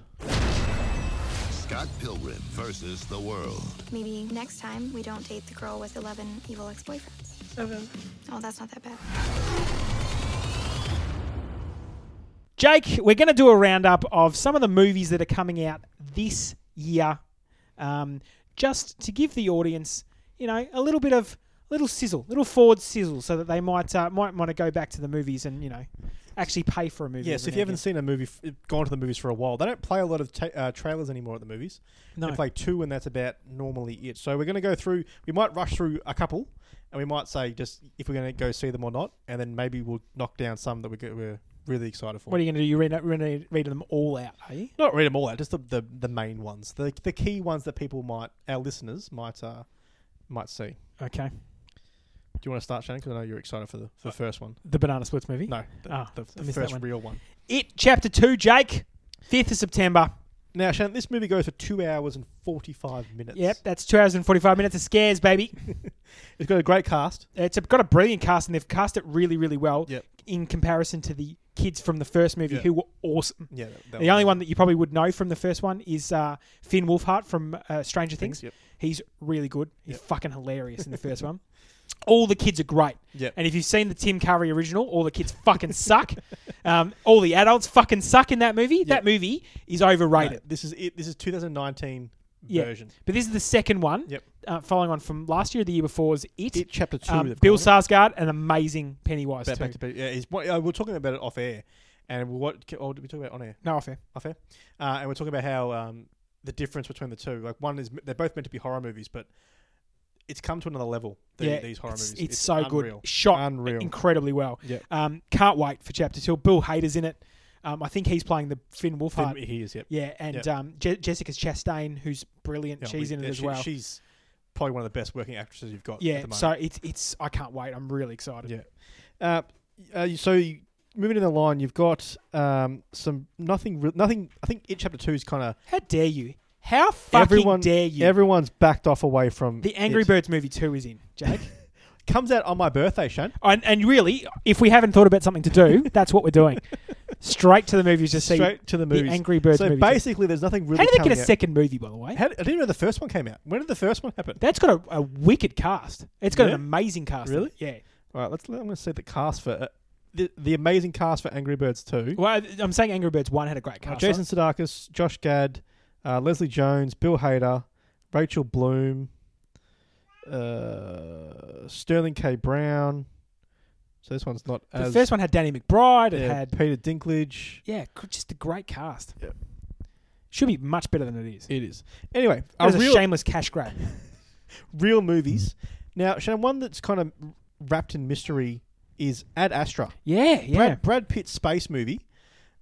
Scott Pilgrim versus the world.
Maybe next time we don't date the girl with 11 evil ex boyfriends.
Seven.
Oh, that's not that bad.
Jake, we're going to do a roundup of some of the movies that are coming out this year, um, just to give the audience, you know, a little bit of little sizzle, little forward sizzle, so that they might uh, might want to go back to the movies and you know actually pay for a movie.
Yes,
every
if you
now
haven't
and
seen a movie, f- gone to the movies for a while, they don't play a lot of ta- uh, trailers anymore at the movies.
No.
They play two, and that's about normally it. So we're going to go through, we might rush through a couple, and we might say just if we're going to go see them or not, and then maybe we'll knock down some that we get, we're really excited for.
again. what are you going to do? You read, read, read them all out, are you?
not read them all out, just the, the, the main ones, the, the key ones that people might, our listeners might uh, might see.
Okay,
Do you want to start, Shannon? Because I know you're excited for the, for the first one.
the Banana Splits movie.
No, the,
Ah,
the,
Uh, I
the
missed that
first
one.
real one.
It Chapter Two, Jake, fifth of September.
Now, Shannon, this movie goes for two hours and 45 minutes.
Yep, that's two hours and forty-five minutes of scares, baby.
It's got a great cast.
It's got a brilliant cast, and they've cast it really, really well
Yep.
in comparison to the kids from the first movie
Yeah.
who were awesome.
Yeah, that, that
The only one that you probably would know from the first one is uh, Finn Wolfhart from uh, Stranger Things.
Yep.
He's really good. He's
Yep.
fucking hilarious in the first one. All the kids are great.
Yep.
And if you've seen the Tim Curry original, all the kids fucking suck. Um, all the adults fucking suck in that movie. That movie is
No,
overrated.
This is it. This is 2019
Yeah.
version.
But this is the second one,
Yep.
uh, following on from last year, the year before, is It.
It chapter two.
Um,
they've
Bill
called
Sarsgaard, an amazing Pennywise
it. Back-
too.
back to back. Yeah, he's, what- uh, we're talking about it off air, and what? Oh, did we talk about it on air?
no affair.
Off air, uh, and we're talking about how um, the difference between the two. Like one is they're both meant to be horror movies, but it's come to another level. The,
yeah,
these horror
it's,
movies.
It's, so
unreal.
good. Shot
Unreal.
incredibly well.
Yep.
Um, can't wait for chapter two. Bill Hader's in it. Um, I think he's playing the Finn Wolfhard.
Then he is. Yep.
yeah, and
Yep.
um, Je- Jessica Chastain, who's brilliant,
Yeah,
she's
we-
in it
yeah,
as
she-
well.
She's probably one of the best working actresses you've got.
yeah,
At the moment.
so it's it's I can't wait. I'm really excited.
Yeah. Uh, uh, you- so you- moving in the line, you've got um, some nothing. Re- nothing. I think it chapter two is kind of
How dare you? How fucking
everyone.
dare you?
Everyone's backed off away from
the Angry
it.
Birds movie two is in, Jake.
Comes out on my birthday, Shane.
and, and really, if we haven't thought about something to do, that's what we're doing. Straight to the movies to see.
Straight to the
the
movies.
Angry Birds
So
movie
basically, there's nothing really.
How did they get a
coming out.
second movie, by the way?
How did- I didn't know the first one came out. When did the first one happen?
That's got a, a wicked cast. It's got
Yeah?
an amazing cast. in it.
Really?
Yeah.
All right, let's. I'm going to see the cast for uh, the, the amazing cast for Angry Birds two.
Well, I'm saying Angry Birds One had a great
Uh,
cast.
Jason Sudeikis, Josh Gad, uh, Leslie Jones, Bill Hader, Rachel Bloom, uh, Sterling K. Brown. So this one's not
right?
as
the first one had Danny McBride. It
yeah,
had
Peter Dinklage.
yeah, c- just a great cast.
Yeah.
Should be much better than it is.
It is anyway
It
a
was a
real
shameless cash grab.
real movies. Now, Shannon, one that's kind of wrapped in mystery is Ad Astra.
Yeah, yeah.
Brad, Brad Pitt's space movie.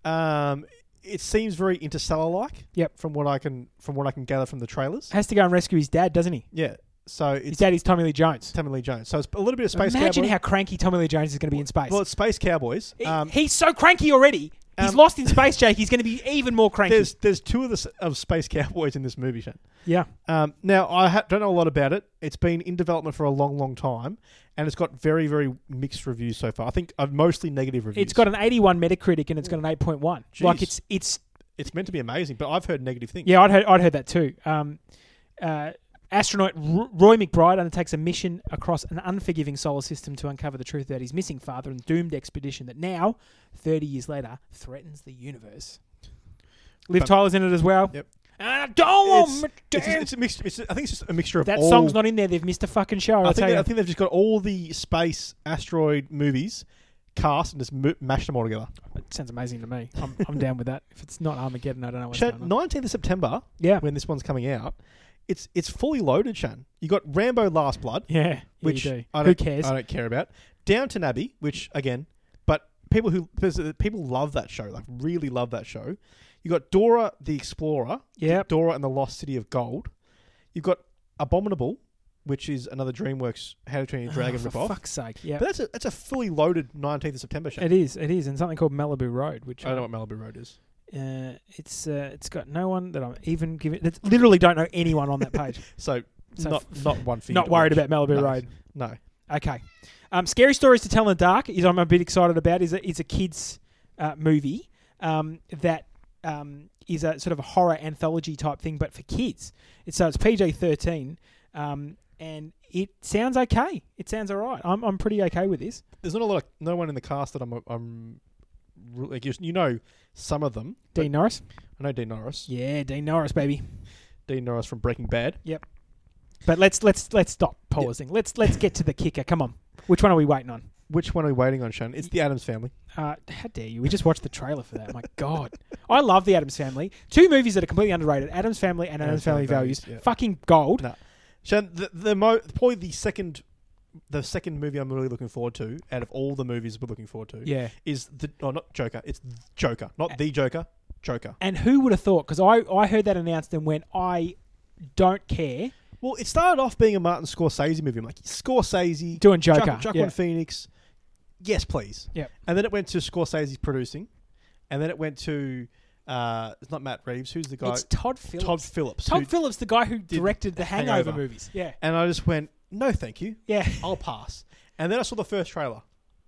Um, it seems very interstellar like.
Yep.
From what I can from what I can gather from the trailers.
Has to go and rescue his dad, doesn't he?
Yeah. So
His
it's
dad is Tommy Lee Jones.
Tommy Lee Jones. So it's a little bit of space.
Imagine
cowboy.
how cranky Tommy Lee Jones is going to be in space.
Well, it's space cowboys.
He-
Um,
he's so cranky already. He's
um,
lost in space, Jake. He's going to be even more cranky.
there's there's two of the s- of space cowboys in this movie, Shane.
Yeah.
Um, now I ha- don't know a lot about it. It's been in development for a long, long time, and it's got very, very mixed reviews so far. I think uh, mostly negative reviews.
It's got an 81 Metacritic and it's got an 8.1. Like
Jeez.
it's it's
It's meant to be amazing, but I've heard negative things.
Yeah, I'd heard, I'd heard that too. Um, uh, astronaut R- Roy McBride undertakes a mission across an unforgiving solar system to uncover the truth about his missing father and doomed expedition that now, 30 years later, threatens the universe. Liv
But-
Tyler's in it as well.
Yep.
And I don't want
It's-
my
it's,
dad."
it's a mixture. It's, I think it's just a mixture of
That
all-
song's not in there. They've missed a fucking show. I'll
I
tell
think,
you.
I think they've just got all the space asteroid movies cast and just mo- mashed them all together.
it sounds amazing to me. I'm, I'm down with that. If it's not Armageddon, I don't know what's
Shan,
going on.
nineteenth of September,
Yeah.
when this one's coming out, it's it's fully loaded. Shan, you got Rambo: Last Blood,
yeah, yeah,
which
you do.
I don't,
who cares?
I don't care about. Downton Abbey, which again, but people who there's, uh, people love that show, like really love that show. You got Dora the Explorer,
Yep.
Dora and the Lost City of Gold. You've got Abominable, which is another DreamWorks How to Train Your Dragon
For
ripoff.
fuck's sake! Yeah,
But that's a that's a fully loaded nineteenth of September show.
it is. It is, and something called Malibu Road, which
I don't know what Malibu Road is.
Uh, it's uh, it's got no one that I'm even giving. That's literally don't know anyone on that page.
So,
So
not not one for you
Not
to
worried
watch.
about Malibu
No.
Road.
No.
Okay. Um, Scary Stories to Tell in the Dark is I'm a bit excited about. is a, is a kids uh, movie um, that um, is a sort of a horror anthology type thing, but for kids. It's, so it's PJ thirteen, um, and it sounds okay. It sounds all right. I'm I'm pretty okay with this.
There's not a lot. Of, no one in the cast that I'm. I'm re- like you, you know some of them. but
Dean Norris.
I know Dean Norris.
Yeah, Dean Norris, baby.
Dean Norris from Breaking Bad.
But let's let's let's stop pausing. Let's let's get to the kicker. Come on. Which one are we waiting on?
Which one are we waiting on, Sean? It's the Adams Family.
Uh, how dare you? We just watched the trailer for that. My God, I love the Adams Family. Two movies that are completely underrated: Adams Family and Adams, Family, Values.
Values, yeah.
Fucking gold.
No. Sean, the the mo- probably the second, the second movie I'm really looking forward to out of all the movies we're looking forward to.
Yeah.
Is the oh not Joker? It's Joker, not the Joker. Joker.
And who would have thought? Because I I heard that announced and went, I don't care.
Well, it started off being a Martin Scorsese movie. I'm like Scorsese
Doing Joker,
Joaquin
yeah.
Phoenix. Yes, please.
Yep.
And then it went to Scorsese's producing, and then it went to uh, it's not Matt Reeves. Who's the guy?
It's Todd Phillips.
Todd Phillips.
Todd
who-
Phillips, the guy who directed the Hangover,
Hangover.
movies. Yeah.
and I just went, no, thank you.
Yeah.
I'll pass. And then I saw the first trailer,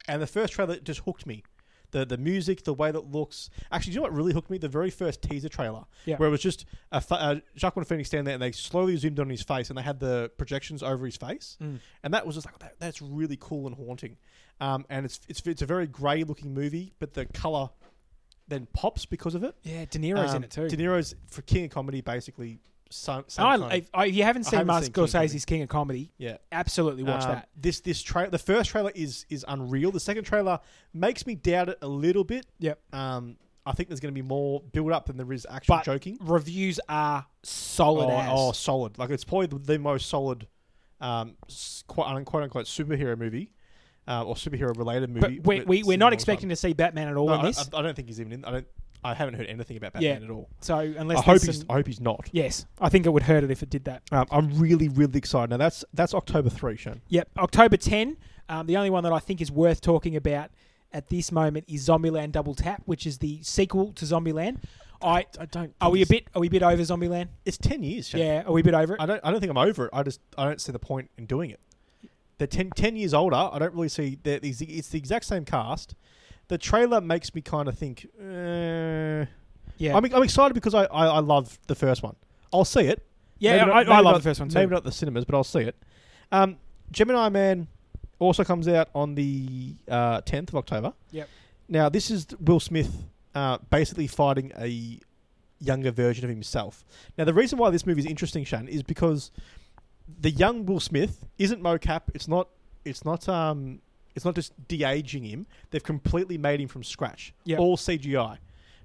and the first trailer just hooked me. The, the music, the way that it looks. Actually, do you know what really hooked me? The very first teaser trailer,
Yeah.
where it was just a fa- uh, Jacqueline Phoenix standing there, and they slowly zoomed on his face, and they had the projections over his face,
Mm.
and that was just like that, that's really cool and haunting. Um, and it's it's it's a very grey looking movie, but the color then pops because of it.
Yeah. De Niro's
Um,
in it too.
De Niro's for King of Comedy, basically. Some, some
I,
kind of-
if, I, if you haven't
I
seen
haven't
Martin
seen King of Comedy.
Scorsese's King of Comedy,
yeah.
absolutely watch
Um,
that.
This this trailer, the first trailer is is unreal. The second trailer makes me doubt it a little bit.
Yep.
Um, I think there's going to be more build up than there is actual
But
joking.
reviews are solid
Oh,
as.
oh, solid! Like it's probably the, the most solid, um, s- quote un- quote unquote superhero movie, uh, or superhero related
but
movie.
we, we,
it's
we're
in a
not
long
expecting
time.
to see Batman at all
No,
in
I,
this.
I, I don't think he's even in. I don't. I haven't heard anything about
Yeah.
Batman at all.
so unless
I hope
there's
he's.
some-
I hope he's not.
Yes, I think it would hurt it if it did that.
Um, I'm really really excited. Now that's that's October three, Shane.
Yep, October 10. Um, the only one that I think is worth talking about at this moment is Zombieland Double Tap, which is the sequel to Zombieland. I,
I don't.
are we a bit are we a bit over Zombieland?
It's ten years. Shane.
Yeah, are we a bit over it?
I don't. I don't think I'm over it. I just. I don't see the point in doing it. They're 10, 10 years older. I don't really see that. these- It's the exact same cast. The trailer makes me kind of think. Eh.
Yeah,
I'm, I'm excited because I, I, I love the first one. I'll see it.
yeah,
Maybe
I,
not-
I
maybe
love
not-
the first one too.
Maybe not the cinemas, but I'll see it. Um, Gemini Man also comes out on the uh, 10th of October.
Yep.
Now this is Will Smith uh, basically fighting a younger version of himself. Now the reason why this movie is interesting, Shan, is because the young Will Smith isn't mocap. It's not. It's not. Um, it's not just de-aging him. They've completely made him from scratch.
Yep.
All CGI.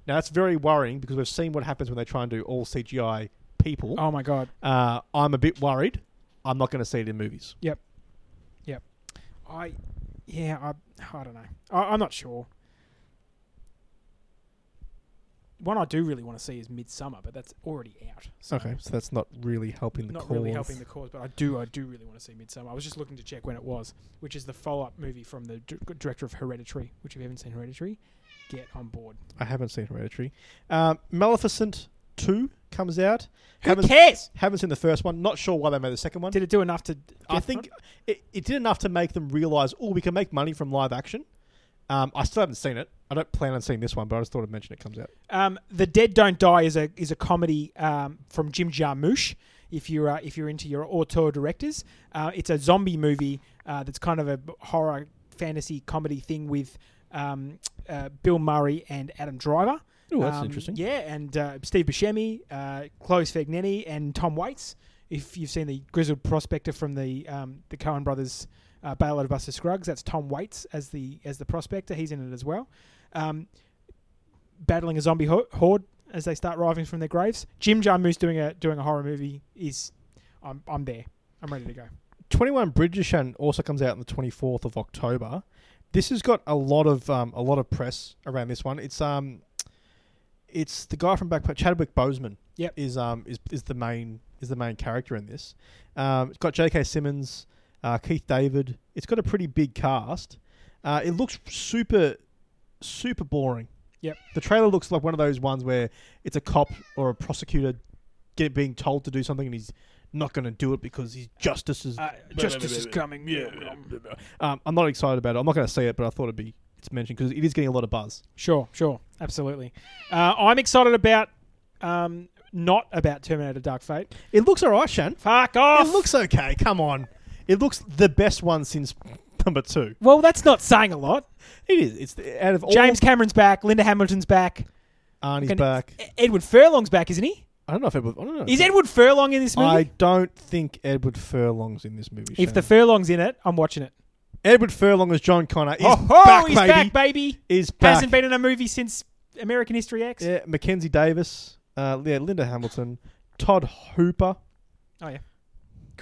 Now that's very worrying because we've seen what happens when they try and do all CGI people
Oh my god.
uh, I'm a bit worried. I'm not going to see it in movies.
Yep, yep. I, yeah, I, I don't know. I, I'm not sure. One I do really want to see is Midsummer, but that's already out. So
Okay, so that's not really helping the
not
cause.
really helping the cause, but I do, I do really want to see Midsummer. I was just looking to check when it was, which is the follow-up movie from the d- director of Hereditary. Which, if you haven't seen Hereditary, get on board.
I haven't seen Hereditary. Um, Maleficent Two comes out.
Who
haven't,
cares?
haven't seen the first one. Not sure why they made the second one.
Did it do enough to? d-
I
get
think
from
it, it did enough to make them realize, oh, we can make money from live action. Um, I still haven't seen it. I don't plan on seeing this one, but I just thought I'd mention it comes out.
it? um, the Dead Don't Die is a is a comedy um, from Jim Jarmusch. If you're uh, if you're into your auteur directors, uh, it's a zombie movie uh, that's kind of a b- horror fantasy comedy thing with um, uh, Bill Murray and Adam Driver.
Oh, that's
Um,
interesting.
Yeah, and uh, Steve Buscemi, uh, Chloe Sfegneni, and Tom Waits. If you've seen the grizzled prospector from the um, the Cohen brothers uh, Bailout of Buster Scruggs, that's Tom Waits as the as the prospector. He's in it as well, um, battling a zombie ho- horde as they start rising from their graves. Jim Jarmusch doing a doing a horror movie is, I'm I'm there. I'm ready to go.
21 Bridgerton also comes out on the 24th of October. This has got a lot of um, a lot of press around this one. It's um it's the guy from Backpack Chadwick Boseman.
Yep.
Is um is, is the main is the main character in this. Um, it's got J.K. Simmons, uh, Keith David. It's got a pretty big cast. Uh, it looks super super boring.
Yep.
The trailer looks like one of those ones where it's a cop or a prosecutor get being told to do something and he's not going to do it because his justice
Uh,
is
justice is coming.
um, I'm not excited about it. I'm not going to see it, but I thought it'd be it's mentioned because it is getting a lot of buzz.
Sure, sure, absolutely. Uh, I'm excited about um, not about Terminator Dark Fate.
It looks alright, Shan.
Fuck off.
It looks okay. Come on, it looks the best one since number two.
well, that's not saying a lot.
It is. It's the- out of all
James Cameron's back. Linda Hamilton's back.
Arnie's
Gonna-
back.
E- Edward Furlong's back, isn't he?
I don't know if Edward. I don't know.
Is Edward Furlong in this movie?
I don't think Edward Furlong's in this movie.
if the
Shan.
Furlong's in it, I'm watching it.
Edward Furlong as John Connor is
Ho-ho,
back,
he's
baby.
back, baby.
Is back.
Hasn't been in a movie since American History X.
Yeah, Mackenzie Davis. Uh, yeah, Linda Hamilton. Todd Hooper.
Good,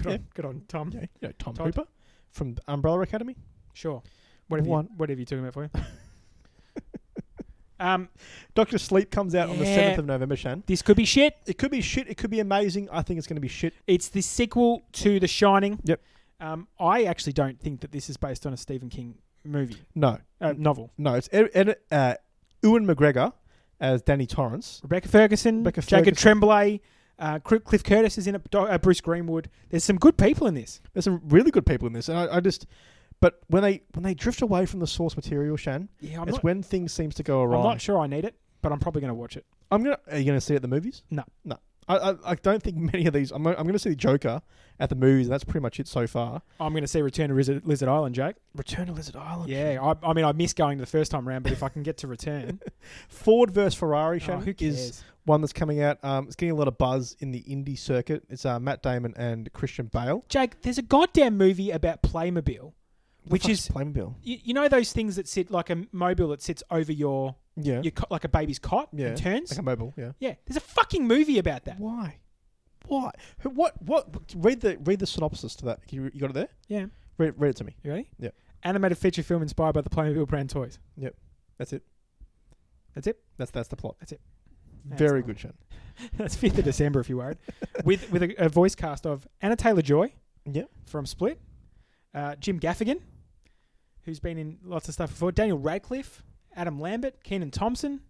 Yeah.
On, good on Tom.
Yeah, you know, Tom
Todd.
Hooper from the Umbrella Academy.
Sure. Whatever, you,
One.
whatever you're talking about for you. um,
Doctor Sleep comes out on the
Yeah.
seventh of November, Shan.
this could be shit.
It could be shit. It could be amazing. I think it's going to be shit.
It's the sequel to The Shining.
Yep.
Um, I actually don't think that this is based on a Stephen King movie
No,
uh, novel.
no. It's Ed, Ed, uh, Ewan McGregor as Danny Torrance.
Rebecca Ferguson,
Rebecca
Jacob
Ferguson.
Tremblay, uh, Cri- Cliff Curtis is in it. Do- Uh, Bruce Greenwood. There's some good people in this.
There's some really good people in this, and I, I just. But when they when they drift away from the source material, Shan,
Yeah, I'm,
it's
not,
when things seems to go awry.
I'm not sure I need it, but I'm probably going to watch it.
I'm gonna. Are you gonna see it at the movies?
No.
no. I, I, I don't think many of these. I'm, I'm gonna see the Joker at the movies, and that's pretty much it so far.
I'm going to see Return to Lizard, Lizard Island, Jake.
Return to Lizard Island.
Yeah, I, I mean, I miss going the first time round, but if I can get to Return,
Ford versus Ferrari.
oh,
Shan,
who
is
cares?
one that's coming out. Um, it's getting a lot of buzz in the indie circuit. It's uh, Matt Damon and Christian Bale.
Jake, there's a goddamn movie about Playmobil, which
Fuck,
is
Playmobil.
you, you know those things that sit like a mobile that sits over your
Yeah,
your co- like a baby's cot
Yeah.
and turns.
like a mobile. Yeah.
yeah, there's a fucking movie about that.
Why? Why? Who- What? What? Read the read the synopsis to that. You, you got it there?
Yeah,
Read, read it to me.
you ready?
Yeah.
Animated feature film inspired by the Playmobil brand toys.
That's it.
That's it.
That's that's the plot.
That's it.
Very
Excellent.
good, Shan.
That's fifth of December if you're worried. with with a, a voice cast of Anna Taylor Joy.
Yeah.
From Split. Uh, Jim Gaffigan, who's been in lots of stuff before. Daniel Radcliffe, Adam Lambert, Keenan Thompson.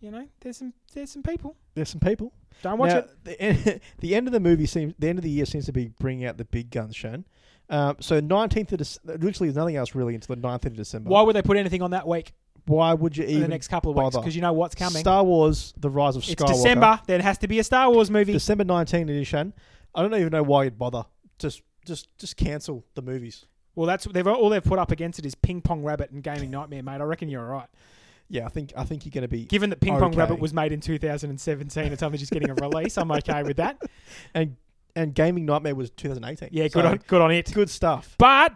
You know, there's some there's some people.
There's some people.
Don't watch
Now,
it.
The end, the end of the movie seems. The end of the year seems to be bringing out the big guns, Shan. Um, so 19th of Dec- literally there's nothing else really until the 9th of December.
Why would they put anything on that week
Why would you
in
even
the next couple of weeks?
bother?
Because you know what's coming.
Star Wars: The Rise of Skywalker.
it's December. There has to be a Star Wars movie.
December 19 edition. I don't even know why you'd bother. Just just just cancel the movies.
well, that's they've all they've put up against it is Ping Pong Rabbit and Gaming Nightmare, mate. I reckon you're all right.
Yeah, I think I think you're going to be
Given that Ping Pong
Okay.
Rabbit was made in 2017, it's only just getting a release. I'm okay with that.
and and Gaming Nightmare was 2018.
Yeah, good
So,
on good on it.
Good stuff.
But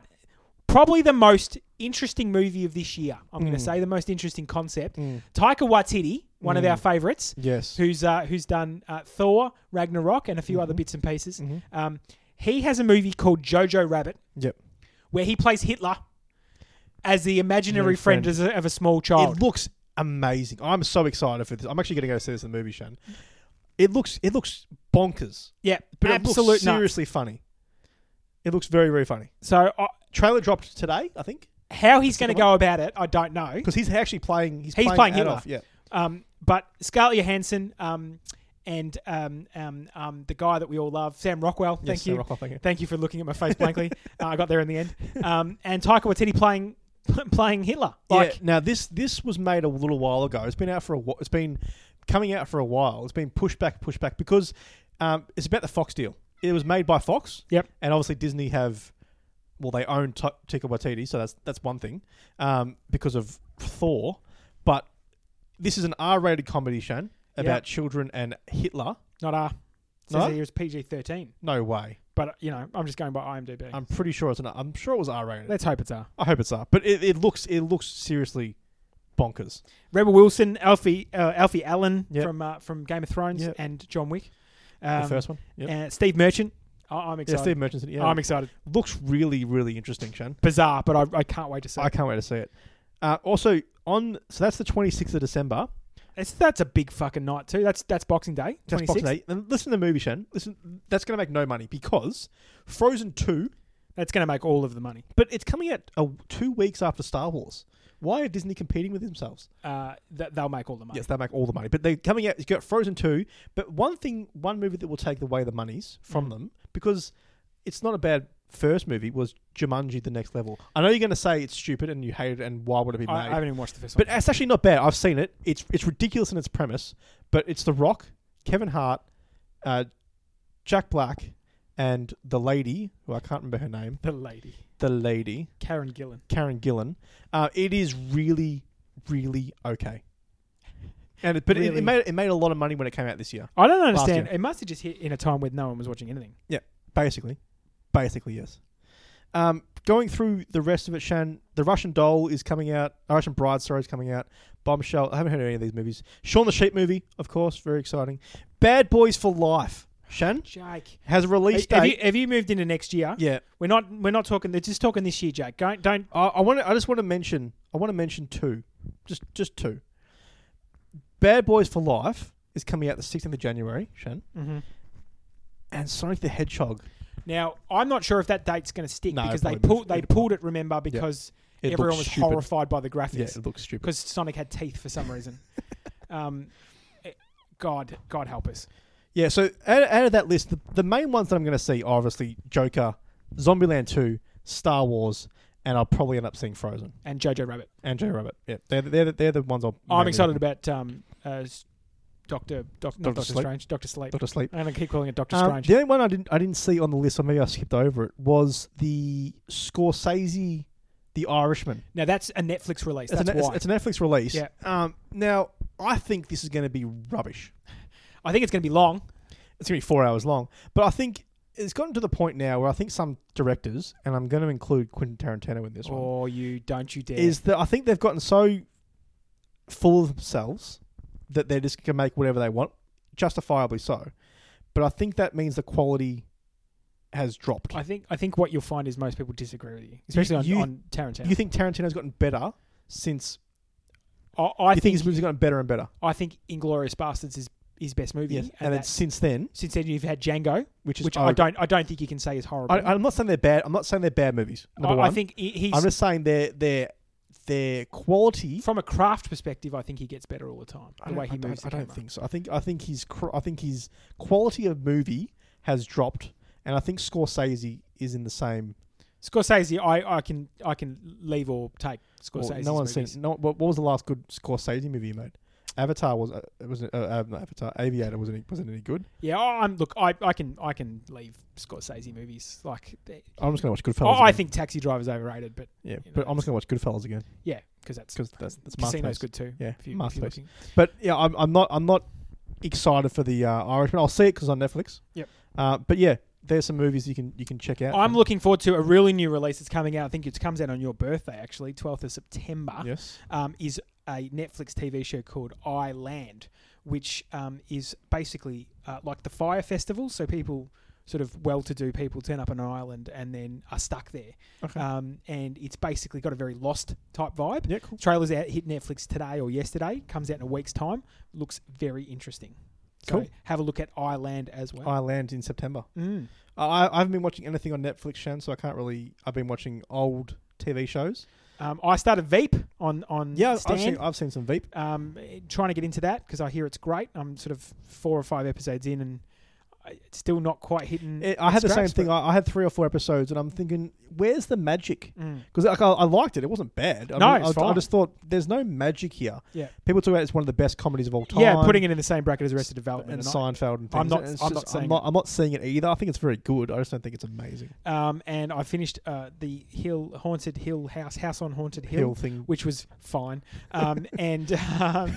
probably the most interesting movie of this year. I'm going to
Mm.
say the most interesting concept. Taika Waititi, one of
Mm.
our favourites,
Yes.
who's uh, who's done uh, Thor, Ragnarok, and a few other bits and pieces. Um, he has a movie called Jojo Rabbit,
Yep.
where he plays Hitler as the imaginary
Yeah,
friend,
friend.
as a, of a small child.
It looks amazing. I'm so excited for this. I'm actually going to go see this in the movie, Shan. It looks it looks bonkers,
yeah,
but it
absolute
looks
nuts.
seriously funny. It looks very very funny.
So uh,
Trailer dropped today, I think,
how he's going to
the one.
go about it, I don't know.
because he's actually playing. He's,
He's playing Hitler.
Adolf. Yeah.
Um, but Scarlett Johansson um, and um, um, um, the guy that we all love, Sam Rockwell. Thank
Yes, Sam
you.
Rockwell, thank you.
for looking at my face blankly. uh, I got there in the end. Um, and Taika Waititi playing playing Hitler. Like
yeah. Now this this was made a little while ago. It's been out for a wh- it's been coming out for a while. It's been pushed back, pushed back because um, it's about the Fox deal. It was made by Fox.
Yep.
And obviously Disney have well they own Ta- Taika Waititi, so that's that's one thing um, because of Thor, but. This is an R-rated comedy, Shane, about
Yeah.
children and Hitler.
Not R. It says
No?
here it's PG thirteen,
No way.
but you know I'm just going by IMDb.
I'm pretty sure it's an. I'm sure it was R-rated.
Let's hope it's R.
I hope it's R, but it, it looks it looks seriously bonkers.
Rebel Wilson, Alfie uh, Alfie Allen
Yep.
from uh, from Game of Thrones
Yep.
and John Wick.
the
Um,
first one. Yep.
And Steve Merchant. I- I'm
Yeah,
excited.
Steve Merchant's in it, Yeah,
I'm excited.
looks really really interesting, Shane.
Bizarre, but I, I can't wait to see.
I
it.
can't wait to see it. Uh, also on so that's the 26th of December.
It's, that's a big fucking night too. That's that's Boxing Day.
That's
26th.
Boxing Day. And listen to the movie, Shane. Listen, that's going to make no money because Frozen 2,
That's going to make all of the money.
but it's coming out uh, two weeks after Star Wars. Why are Disney competing with themselves?
Uh, th- they'll make all the money.
Yes, they make all the money, but they're coming out. You got Frozen 2, but one thing, one movie that will take away the monies from
Mm.
them because it's not a bad first movie was Jumanji: The Next Level. I know you're going to say it's stupid and you hate it, and why would it be made?
I, I haven't even watched the first
But
one.
it's actually not bad. I've seen it. It's it's ridiculous in its premise, but it's The Rock, Kevin Hart, uh, Jack Black, and the lady who I can't remember her name.
The lady,
The lady
Karen Gillan.
Karen Gillan. Uh, it is really, really okay. And it, but it,
Really?
it made it made a lot of money when it came out this year.
I don't
Last
understand.
year.
It must have just hit in a time when no one was watching anything.
Basically, basically yes. Um, going through the rest of it, Shan. The Russian Doll is coming out. The Russian Bride, sorry, is coming out. Bombshell. I haven't heard of any of these movies. Shaun the Sheep movie, of course, very exciting. Bad Boys for Life. Shan
Jake,
has a release
have you,
date.
have you moved into next year?
yeah,
We're not. We're not talking. They're just talking this year, Jake. Don't. Don't.
I, I want. I just want to mention. I want to mention two, just just two. Bad Boys for Life is coming out the sixteenth of January, Shan, and Sonic the Hedgehog.
Now, I'm not sure if that date's going to stick
No, it
because they
probably
pulled
won't.
they
It'll probably-
pulled it. Remember because
It
everyone was
looks stupid.
horrified by the
Yeah,
graphics
it looks stupid.
because Sonic had teeth for some reason. um, eh, God, God help us.
Yeah, so out, out of that list, the, the main ones that I'm going to see are obviously Joker, Zombieland Two, Star Wars, and I'll probably end up seeing Frozen
And Jojo Rabbit.
and Joe Rabbit. Yeah, they're the- they're the, they're the ones I'll.
I'm
mainly-
excited about um, uh, Doctor Doc, not
Dr.
Doctor
Sleep.
Strange, Doctor Sleep.
Doctor Sleep.
I'm going to keep calling it Doctor
Um,
Strange.
the only one I didn't I didn't see on the list, or maybe I skipped over it, was the Scorsese, The Irishman.
Now that's a Netflix release.
It's,
That's
a, ne- it's,
why.
it's a Netflix release.
Yeah.
Um, now I think this is going to be rubbish.
I think it's going to be long.
It's going to be four hours long, but I think it's gotten to the point now where I think some directors, and I'm going to include Quentin Tarantino in this one.
Oh, you don't you dare.
is that I think they've gotten so full of themselves that they're just going to make whatever they want, justifiably so. But I think that means the quality has dropped.
I think I think what you'll find is most people disagree with you, especially on,
you-
on Tarantino.
you think Tarantino's gotten better since?
I, I
I you think,
think
his movies have gotten better and better.
I think Inglorious Bastards is his best movie,
Yes,
and,
and
that-
it's since then,
since then you've had Django,
which is
which
over.
I don't I don't think you can say is horrible.
I, am not saying they're bad. I'm not saying they're bad movies. Number
I- I
one,
think he- he's
I'm just saying their their their quality.
from a craft perspective. I think he gets better all the time.
I
The
don't-
way
I
he
don't-
moves.
I
the
don't
camera.
think so. I think I think his cr- I think his quality of movie has dropped, and I think Scorsese is in the same.
Scorsese. I, I can I can leave or take
well,
Scorsese.
no one's
movies.
seen. No, what, what was the last good Scorsese movie you made? Avatar was uh, it was uh, uh, not Avatar Aviator wasn't it- wasn't any good.
Yeah, I- I'm look. I, I can I can leave Scorsese movies. Like they-
I'm just gonna watch
I,
Goodfellas.
Oh, I
again.
think Taxi Driver's overrated, but
yeah,
you know,
but I'm just gonna watch Goodfellas again
yeah, because that's
because that's that's
Casino's
masterpiece.
good too. if
Yeah,
you- if you're
masterpiece.
looking.
But yeah, I'm, I'm not I'm not excited for the uh, Irishman. I'll see it because on Netflix.
Yep.
Uh, but yeah, there's some movies you can you can check out.
I'm looking forward to a really new release that's coming out. I think it comes out on your birthday actually, 12th of September.
Yes.
um, is a Netflix TV show called I Land, which um, is basically uh, like the fire festival. So people, sort of well-to-do people, turn up on an island and then are stuck there.
Okay.
Um, and it's basically got a very lost type vibe.
yeah. Cool.
Trailer's out, hit Netflix today or yesterday. Comes out in a week's time. Looks very interesting. So
Cool.
have a look at I Land as well.
I land in September.
Mm.
I, I haven't been watching anything on Netflix, Shan, so I can't really. I've been watching old TV shows.
Um, I started Veep on on
Yeah,
Stan.
I've seen, I've seen some Veep.
um, trying to get into that because I hear it's great. I'm sort of four or five episodes in, and it's still not quite hitting.
It, Eh, I had the same
Mm. scratch,
thing.
but-
I, I had three or four episodes, and I'm thinking, where's the magic?
Mm.
Because like, I, I liked it. It wasn't bad. I
No,
mean,
it's
I, I
fine.
just thought there's no magic here.
Yeah.
People talk about it's one of the best comedies of all time.
yeah, putting it in the same bracket as Arrested Development.
and
and I-
Seinfeld and things.
I'm not-
And it's
I'm not
I'm
saying
not, I'm not seeing it either. I think it's very good. I just don't think it's amazing.
um, and I finished uh, the Hill Haunted Hill House House on Haunted Hill,
Hill thing.
which was fine. Um, and um,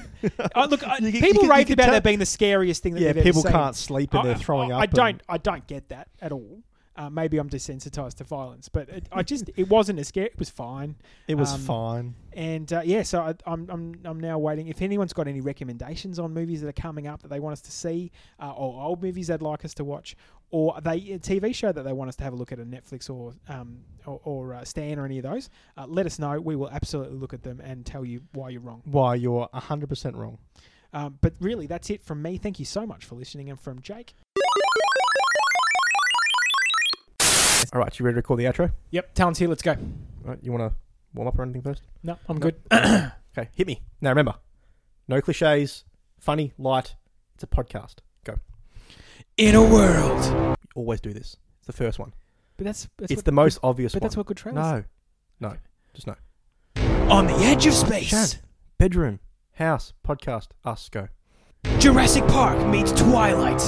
oh, look, I-
You can- you
people
can- you
raved
can
about
tell-
that being the scariest thing that
Yeah,
they've ever
people
seen.
can't sleep and
I-
they're throwing
I,
up.
I
and-
don't. I don't get that at all. Uh, maybe I'm desensitized to violence, but it, I just it wasn't as scary. It was fine.
It was
um,
fine.
And uh, yeah, so I, I'm, I'm I'm now waiting. If anyone's got any recommendations on movies that are coming up that they want us to see, uh, or old movies they'd like us to watch, or they a TV show that they want us to have a look at on Netflix or um or, or uh, Stan or any of those, uh, let us know. We will absolutely look at them and tell you why you're wrong.
Why you're hundred percent wrong.
Um, but really, that's it from me. Thank you so much for listening, and from Jake.
All right, you ready to record the outro?
Yep, Talon's here. Let's go.
All right, you want to warm up or anything first?
No, I'm
No.
good.
Okay, hit me. Now remember, no cliches, funny, light. It's a podcast. Go.
In a world,
You always do this. It's the first one.
but that's, that's
it's
what,
the most obvious
But
one.
that's what good trailers.
no, no, just no.
On the edge of space,
Chad, bedroom, house, podcast, us. Go.
Jurassic Park meets Twilight.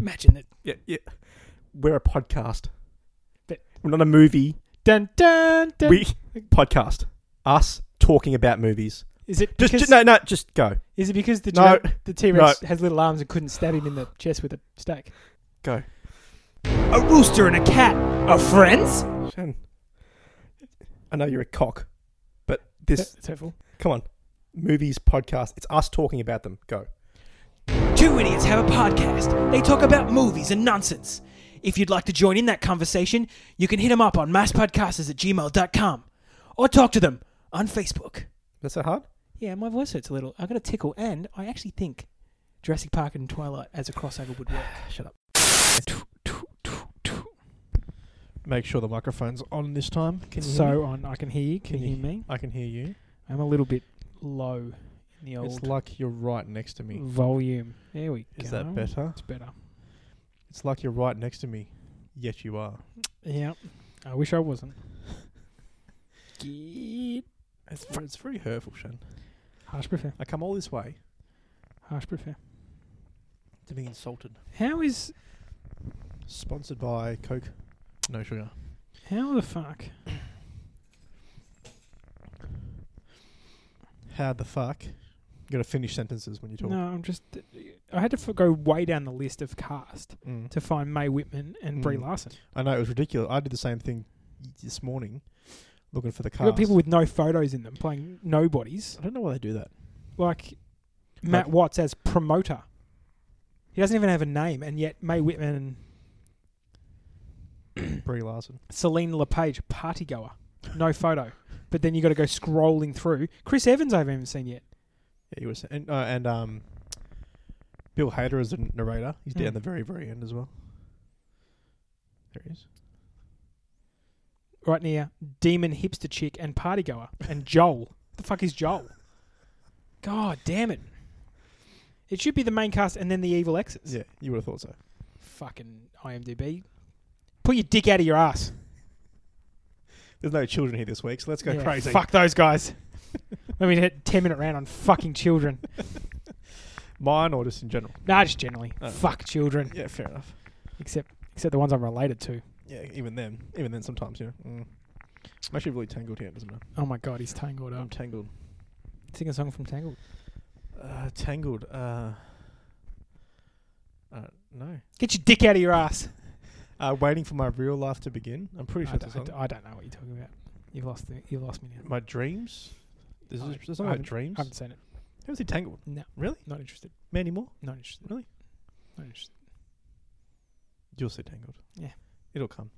Imagine that.
Yeah, yeah. We're a podcast.
But-
We're not a movie.
Dun dun dun.
We podcast. Us talking about movies.
is it
Just,
because,
just no, no. Just go.
Is it because the
No.
Jura- the T Rex has little arms and couldn't stab him in the chest with a stake?
Go.
A rooster and a cat are friends.
Shannon, I know you're a cock, but this.
That's hurtful.
Come on. Movies, podcast. It's us talking about them. Go.
Two idiots have a podcast. They talk about movies and nonsense. If you'd like to join in that conversation, you can hit them up on masspodcasters at gmail.com or talk to them on Facebook.
That's so hard.
Yeah, my voice hurts a little. I got a tickle, and I actually think Jurassic Park and Twilight as a crossover would work.
Shut up. Make sure the microphone's on this time. Can you hear me?
So on, I can hear you. Can, you hear me?
I can hear you.
I'm a little bit low in the old
It's like you're right next to me.
volume. There we go.
Is that better?
It's better.
It's like you're right next to me. Yet you are.
Yeah. I wish I wasn't. Get
It's, ver- it's very hurtful, Shan.
harsh prefer.
I come all this way
Harsh prefer.
to be insulted.
How is
Sponsored by Coke. No sugar.
how the fuck?
How the fuck? You gotta finish sentences when you talk.
No, I'm just. I had to f- go way down the list of cast
Mm.
to find Mae Whitman and Brie
Mm.
Larson.
I know it was ridiculous. I did the same thing y- this morning, looking for the
You
cast.
got people with no photos in them playing nobodies,
I don't know why they do that.
like Matt
Like-
Watts as promoter. He doesn't even have a name, and yet Mae Whitman and
Brie Larson.
Celine LePage, party goer, no photo. But then you got to go scrolling through. Chris Evans, I haven't even seen yet.
Yeah, you were saying, and, uh, and um, Bill Hader is the n- narrator. He's down
Mm.
the very, very end as well. There he is.
right near Demon Hipster Chick and Party Goer and Joel. the fuck is Joel? God damn it. It should be the main cast and then the evil exes.
Yeah, you would have thought so.
Fucking IMDb. Put your dick out of your ass.
There's no children here this week, so let's go
Yeah,
crazy.
Fuck those guys. Let me hit 10 minute round on fucking children.
Mine or just in general?
Nah, just generally.
Oh.
Fuck children.
Yeah, fair enough.
Except except the ones I'm related to.
Yeah, even then, even then, sometimes you know. Mm. I'm actually really tangled here. It doesn't matter.
Oh my god, he's tangled
I'm
up.
tangled.
Sing a song from Tangled.
Uh, tangled. Uh, uh, no.
Get your dick out of your ass.
Uh, waiting for my real life to begin. I'm pretty
I
sure it's a
don't, I
song.
don't- I don't know what you're talking about. You've lost the, you've lost me now.
My dreams. This
I-
is this
I
song about
haven't-
dreams.
I haven't seen it.
Who's he tangled?
No.
Really?
Not interested.
Manny Moore?
Not interested.
Really?
Not interested.
You'll see tangled.
Yeah.
It'll come.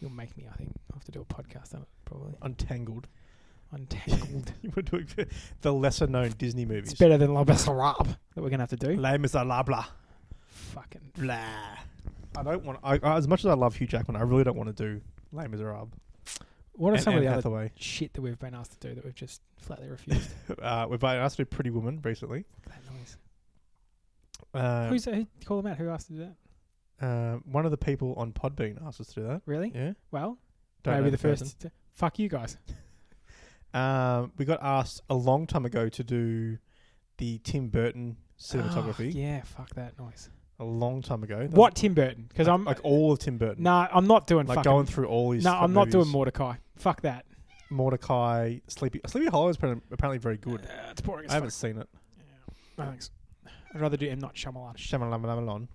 You'll make me, I think. I'll have to do a podcast on it, probably.
Untangled.
Untangled.
You were doing the- the lesser known Disney movies.
it's better than La Besarab that we're going to have to do.
Les Miserables.
Fucking.
Blah. I don't want. I, I, as much as I love Hugh Jackman, I really don't want to do Les Miserables.
What are
And
some of
Anne
the other
Hathaway.
shit that we've been asked to do that we've just flatly refused?
Uh, we've been asked to do Pretty Woman recently.
that noise.
Uh,
Who's who call them out? Who asked to do that?
uh, one of the people on Podbean asked us to do that.
Really?
Yeah.
Well,
Don't know
maybe the
person.
first. Fuck you guys.
Um, we got asked a long time ago to do the Tim Burton cinematography.
Oh, yeah, fuck that noise.
A long time ago. That
What Tim Burton?
was
Because I'm
like all of Tim Burton.
nah, I'm not doing
like
fucking.
going through all his.
no,
th-
I'm not doing
movies.
Mordecai. Fuck that.
Mordecai, Sleepy Sleepy Hollow is apparently apparently very good.
Uh, it's boring
I
as
haven't
fuck.
seen it.
No, thanks. I'd rather do M Night Shyamalan.
Shamalamalon.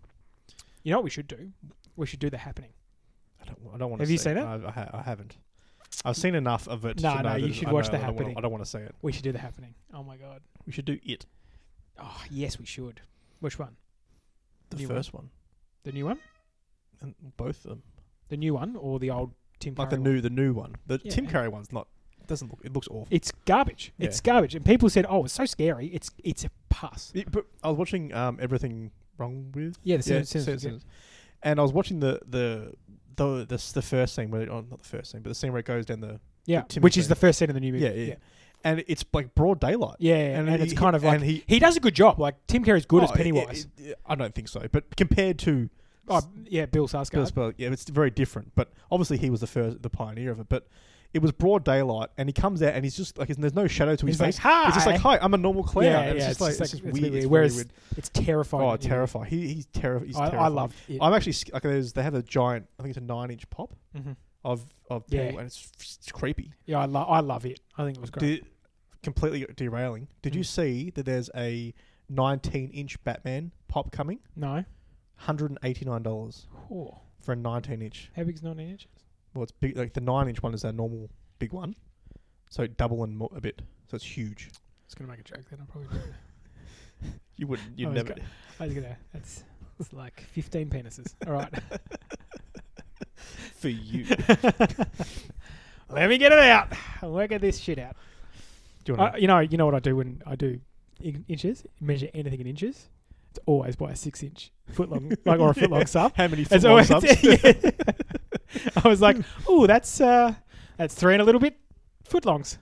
You know what we should do? We should do the happening.
I don't. I don't want to.
Have
see
you seen it?
I, I, ha- I haven't. I've seen enough of it.
No,
to
no,
know
you
that
should
I
watch The
know- I don't wanna-
Happening.
I don't want to see it.
We should do the happening. Oh my god.
We should do it.
Oh yes, we should. Which one?
The
New one.
first one.
The new one?
and both of them.
The new one or the old Tim?
Like the
Curry one?
new, the new one. The Tim
Yeah.
Curry one's not. Doesn't look. It looks awful.
It's garbage.
Yeah.
It's garbage. And people said, "Oh, it's so scary." It's it's a pus.
It- but I was watching um, everything wrong with.
Yeah, the scene- scene-
Sin-
scene-
Sin- And I was watching the the the the, s- the first scene where oh, not the first scene, but the scene where it goes down the
yeah,
Timothy
which is
thing.
the first scene of the new movie.
yeah yeah, and it's like broad daylight.
Yeah, and, it's
he-
kind of like
and
he,
he
does a good job. Like Tim Curry's good as
oh, it- it-
Pennywise.
it- I don't think so, but compared to
oh, yeah, Bill Skarsgård.
Bill Spurl, yeah, it's very different. But obviously, he was the first, the pioneer of it. But it was broad daylight, and he comes out, and he's just like, there's no shadow to his
He's like,
face. He's just like, hi, I'm a normal clown.
yeah, yeah,
and
it's,
it's, just like,
just
it's
like-
just
it's
weird. It's
Whereas
really weird.
it's terrifying.
Oh,
in the
terrifying. He, he's, terri- he's
I- I
terrifying.
loved it.
I'm actually sc- like, there's, they have a giant. I think it's a nine inch pop
movie. Mhm.
of of
Yeah.
people, and it's, it's creepy.
Yeah, I, lo- I love it. I think it was great.
Did, completely derailing. Did you
Mm.
see that there's a 19 inch Batman pop coming?
no.
$189
Oh,
for a 19 inch.
how big's 19 inches?
Well, it's big. Like the nine inch one is our normal big one, so double and more, a bit. So it's huge.
It's gonna make a joke. Then I'm probably. Doing
You wouldn't. You'd
Oh, he's
never.
got- I was gonna. That's it's like 15 penises. All right.
For you. Do
Let me get it out. I'll work at this shit out.
you want
Uh, you know, you know what I do when I do in- inches, measure anything in inches. It's always by a six inch foot long, like or a foot long sub.
how many foot
It's
long
always,
subs?
yeah. I was like, oh, that's uh, that's three and a little bit foot longs,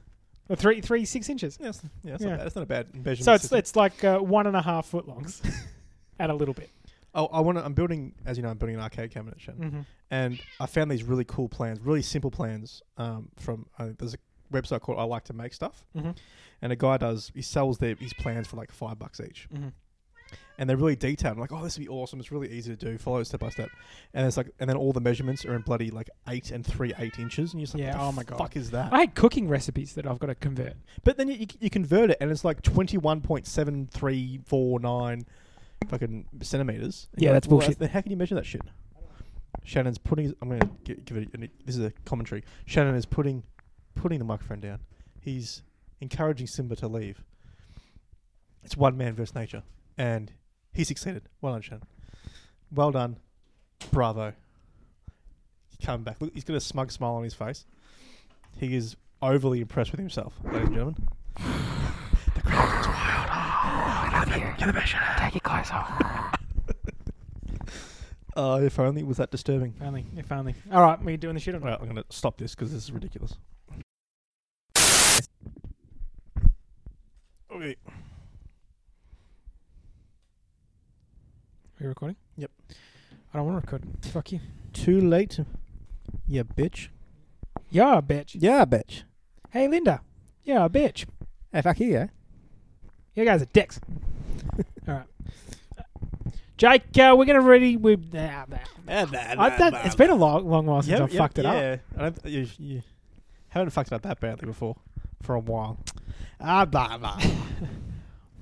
or three three six inches.
Yeah, it's, yeah, it's
Yeah.
Not bad. it's not a bad measurement.
So it's
system.
it's like uh, one and a half foot longs, and a little bit.
Oh, I want to. I'm building, as you know, I'm building an arcade cabinet, Shannon. and I found these really cool plans, really simple plans. Um, from uh, there's a website called I Like to Make Stuff,
Mhm.
and a guy does he sells their his plans for like five bucks each,
Mhm.
and they're really detailed. I'm like, oh, this would be awesome. It's really easy to do. Follow it step by step, and it's like, and then all the measurements are in bloody like eight and three eight inches, and you're just like,
Yeah,
what the
oh my God.
fuck is that?
I had cooking recipes that I've got to convert.
But then you, you, you convert it, and it's like twenty one point seven three four nine fucking centimeters. And
Yeah,
you're
that's
like, well,
bullshit.
then how can you measure that shit? Shannon's putting. I'm gonna gi- give it. An, this is a commentary. Shannon is putting putting the microphone down. He's encouraging Simba to leave. It's one man versus nature, and he succeeded. Well done, Shannon. Well done, bravo. Come back. Look, he's got a smug smile on his face. He is overly impressed with himself, ladies and gentlemen. Uh, if only it was that disturbing.
If only, if only. All right, we're doing the shit on
All right, I'm going to stop this because this is ridiculous. Okay.
Are you recording?
Yep.
I don't want to record. Fuck you.
Too late. Yeah, bitch.
Yeah, bitch.
Yeah, bitch.
Hey, Linda. Yeah, bitch.
Hey, fuck you, yeah.
You guys are dicks. All right. Jake, uh, we're gonna ready. We nah, nah. I've done, it's been a long, long while since I've fucked it up.
Yeah, I don't, you, you haven't fucked it up that badly before for a while. Ah, blah, blah.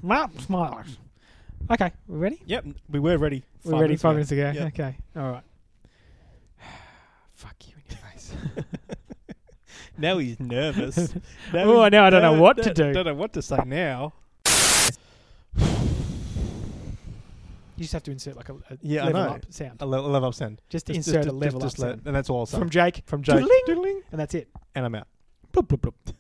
Mouth smilers. Okay, we ready?
yep, we were ready.
We We're ready five minutes ago.
Yeah.
Okay, all right. Fuck you in your face.
Now he's nervous. Now
Oh,
he's-
now I don't know what to
don't-
do.
Don't know what to say now.
you just have to insert like a, a
Yeah, I
level
know.
up sound.
A level, level up send.
Just,
Just-
insert
just-
a level
just- just
up
let-
sound.
and that's all. I'll say.
from Jake,
from Jake.
and that's it.
and I'm out.
Bloop bloop bloop.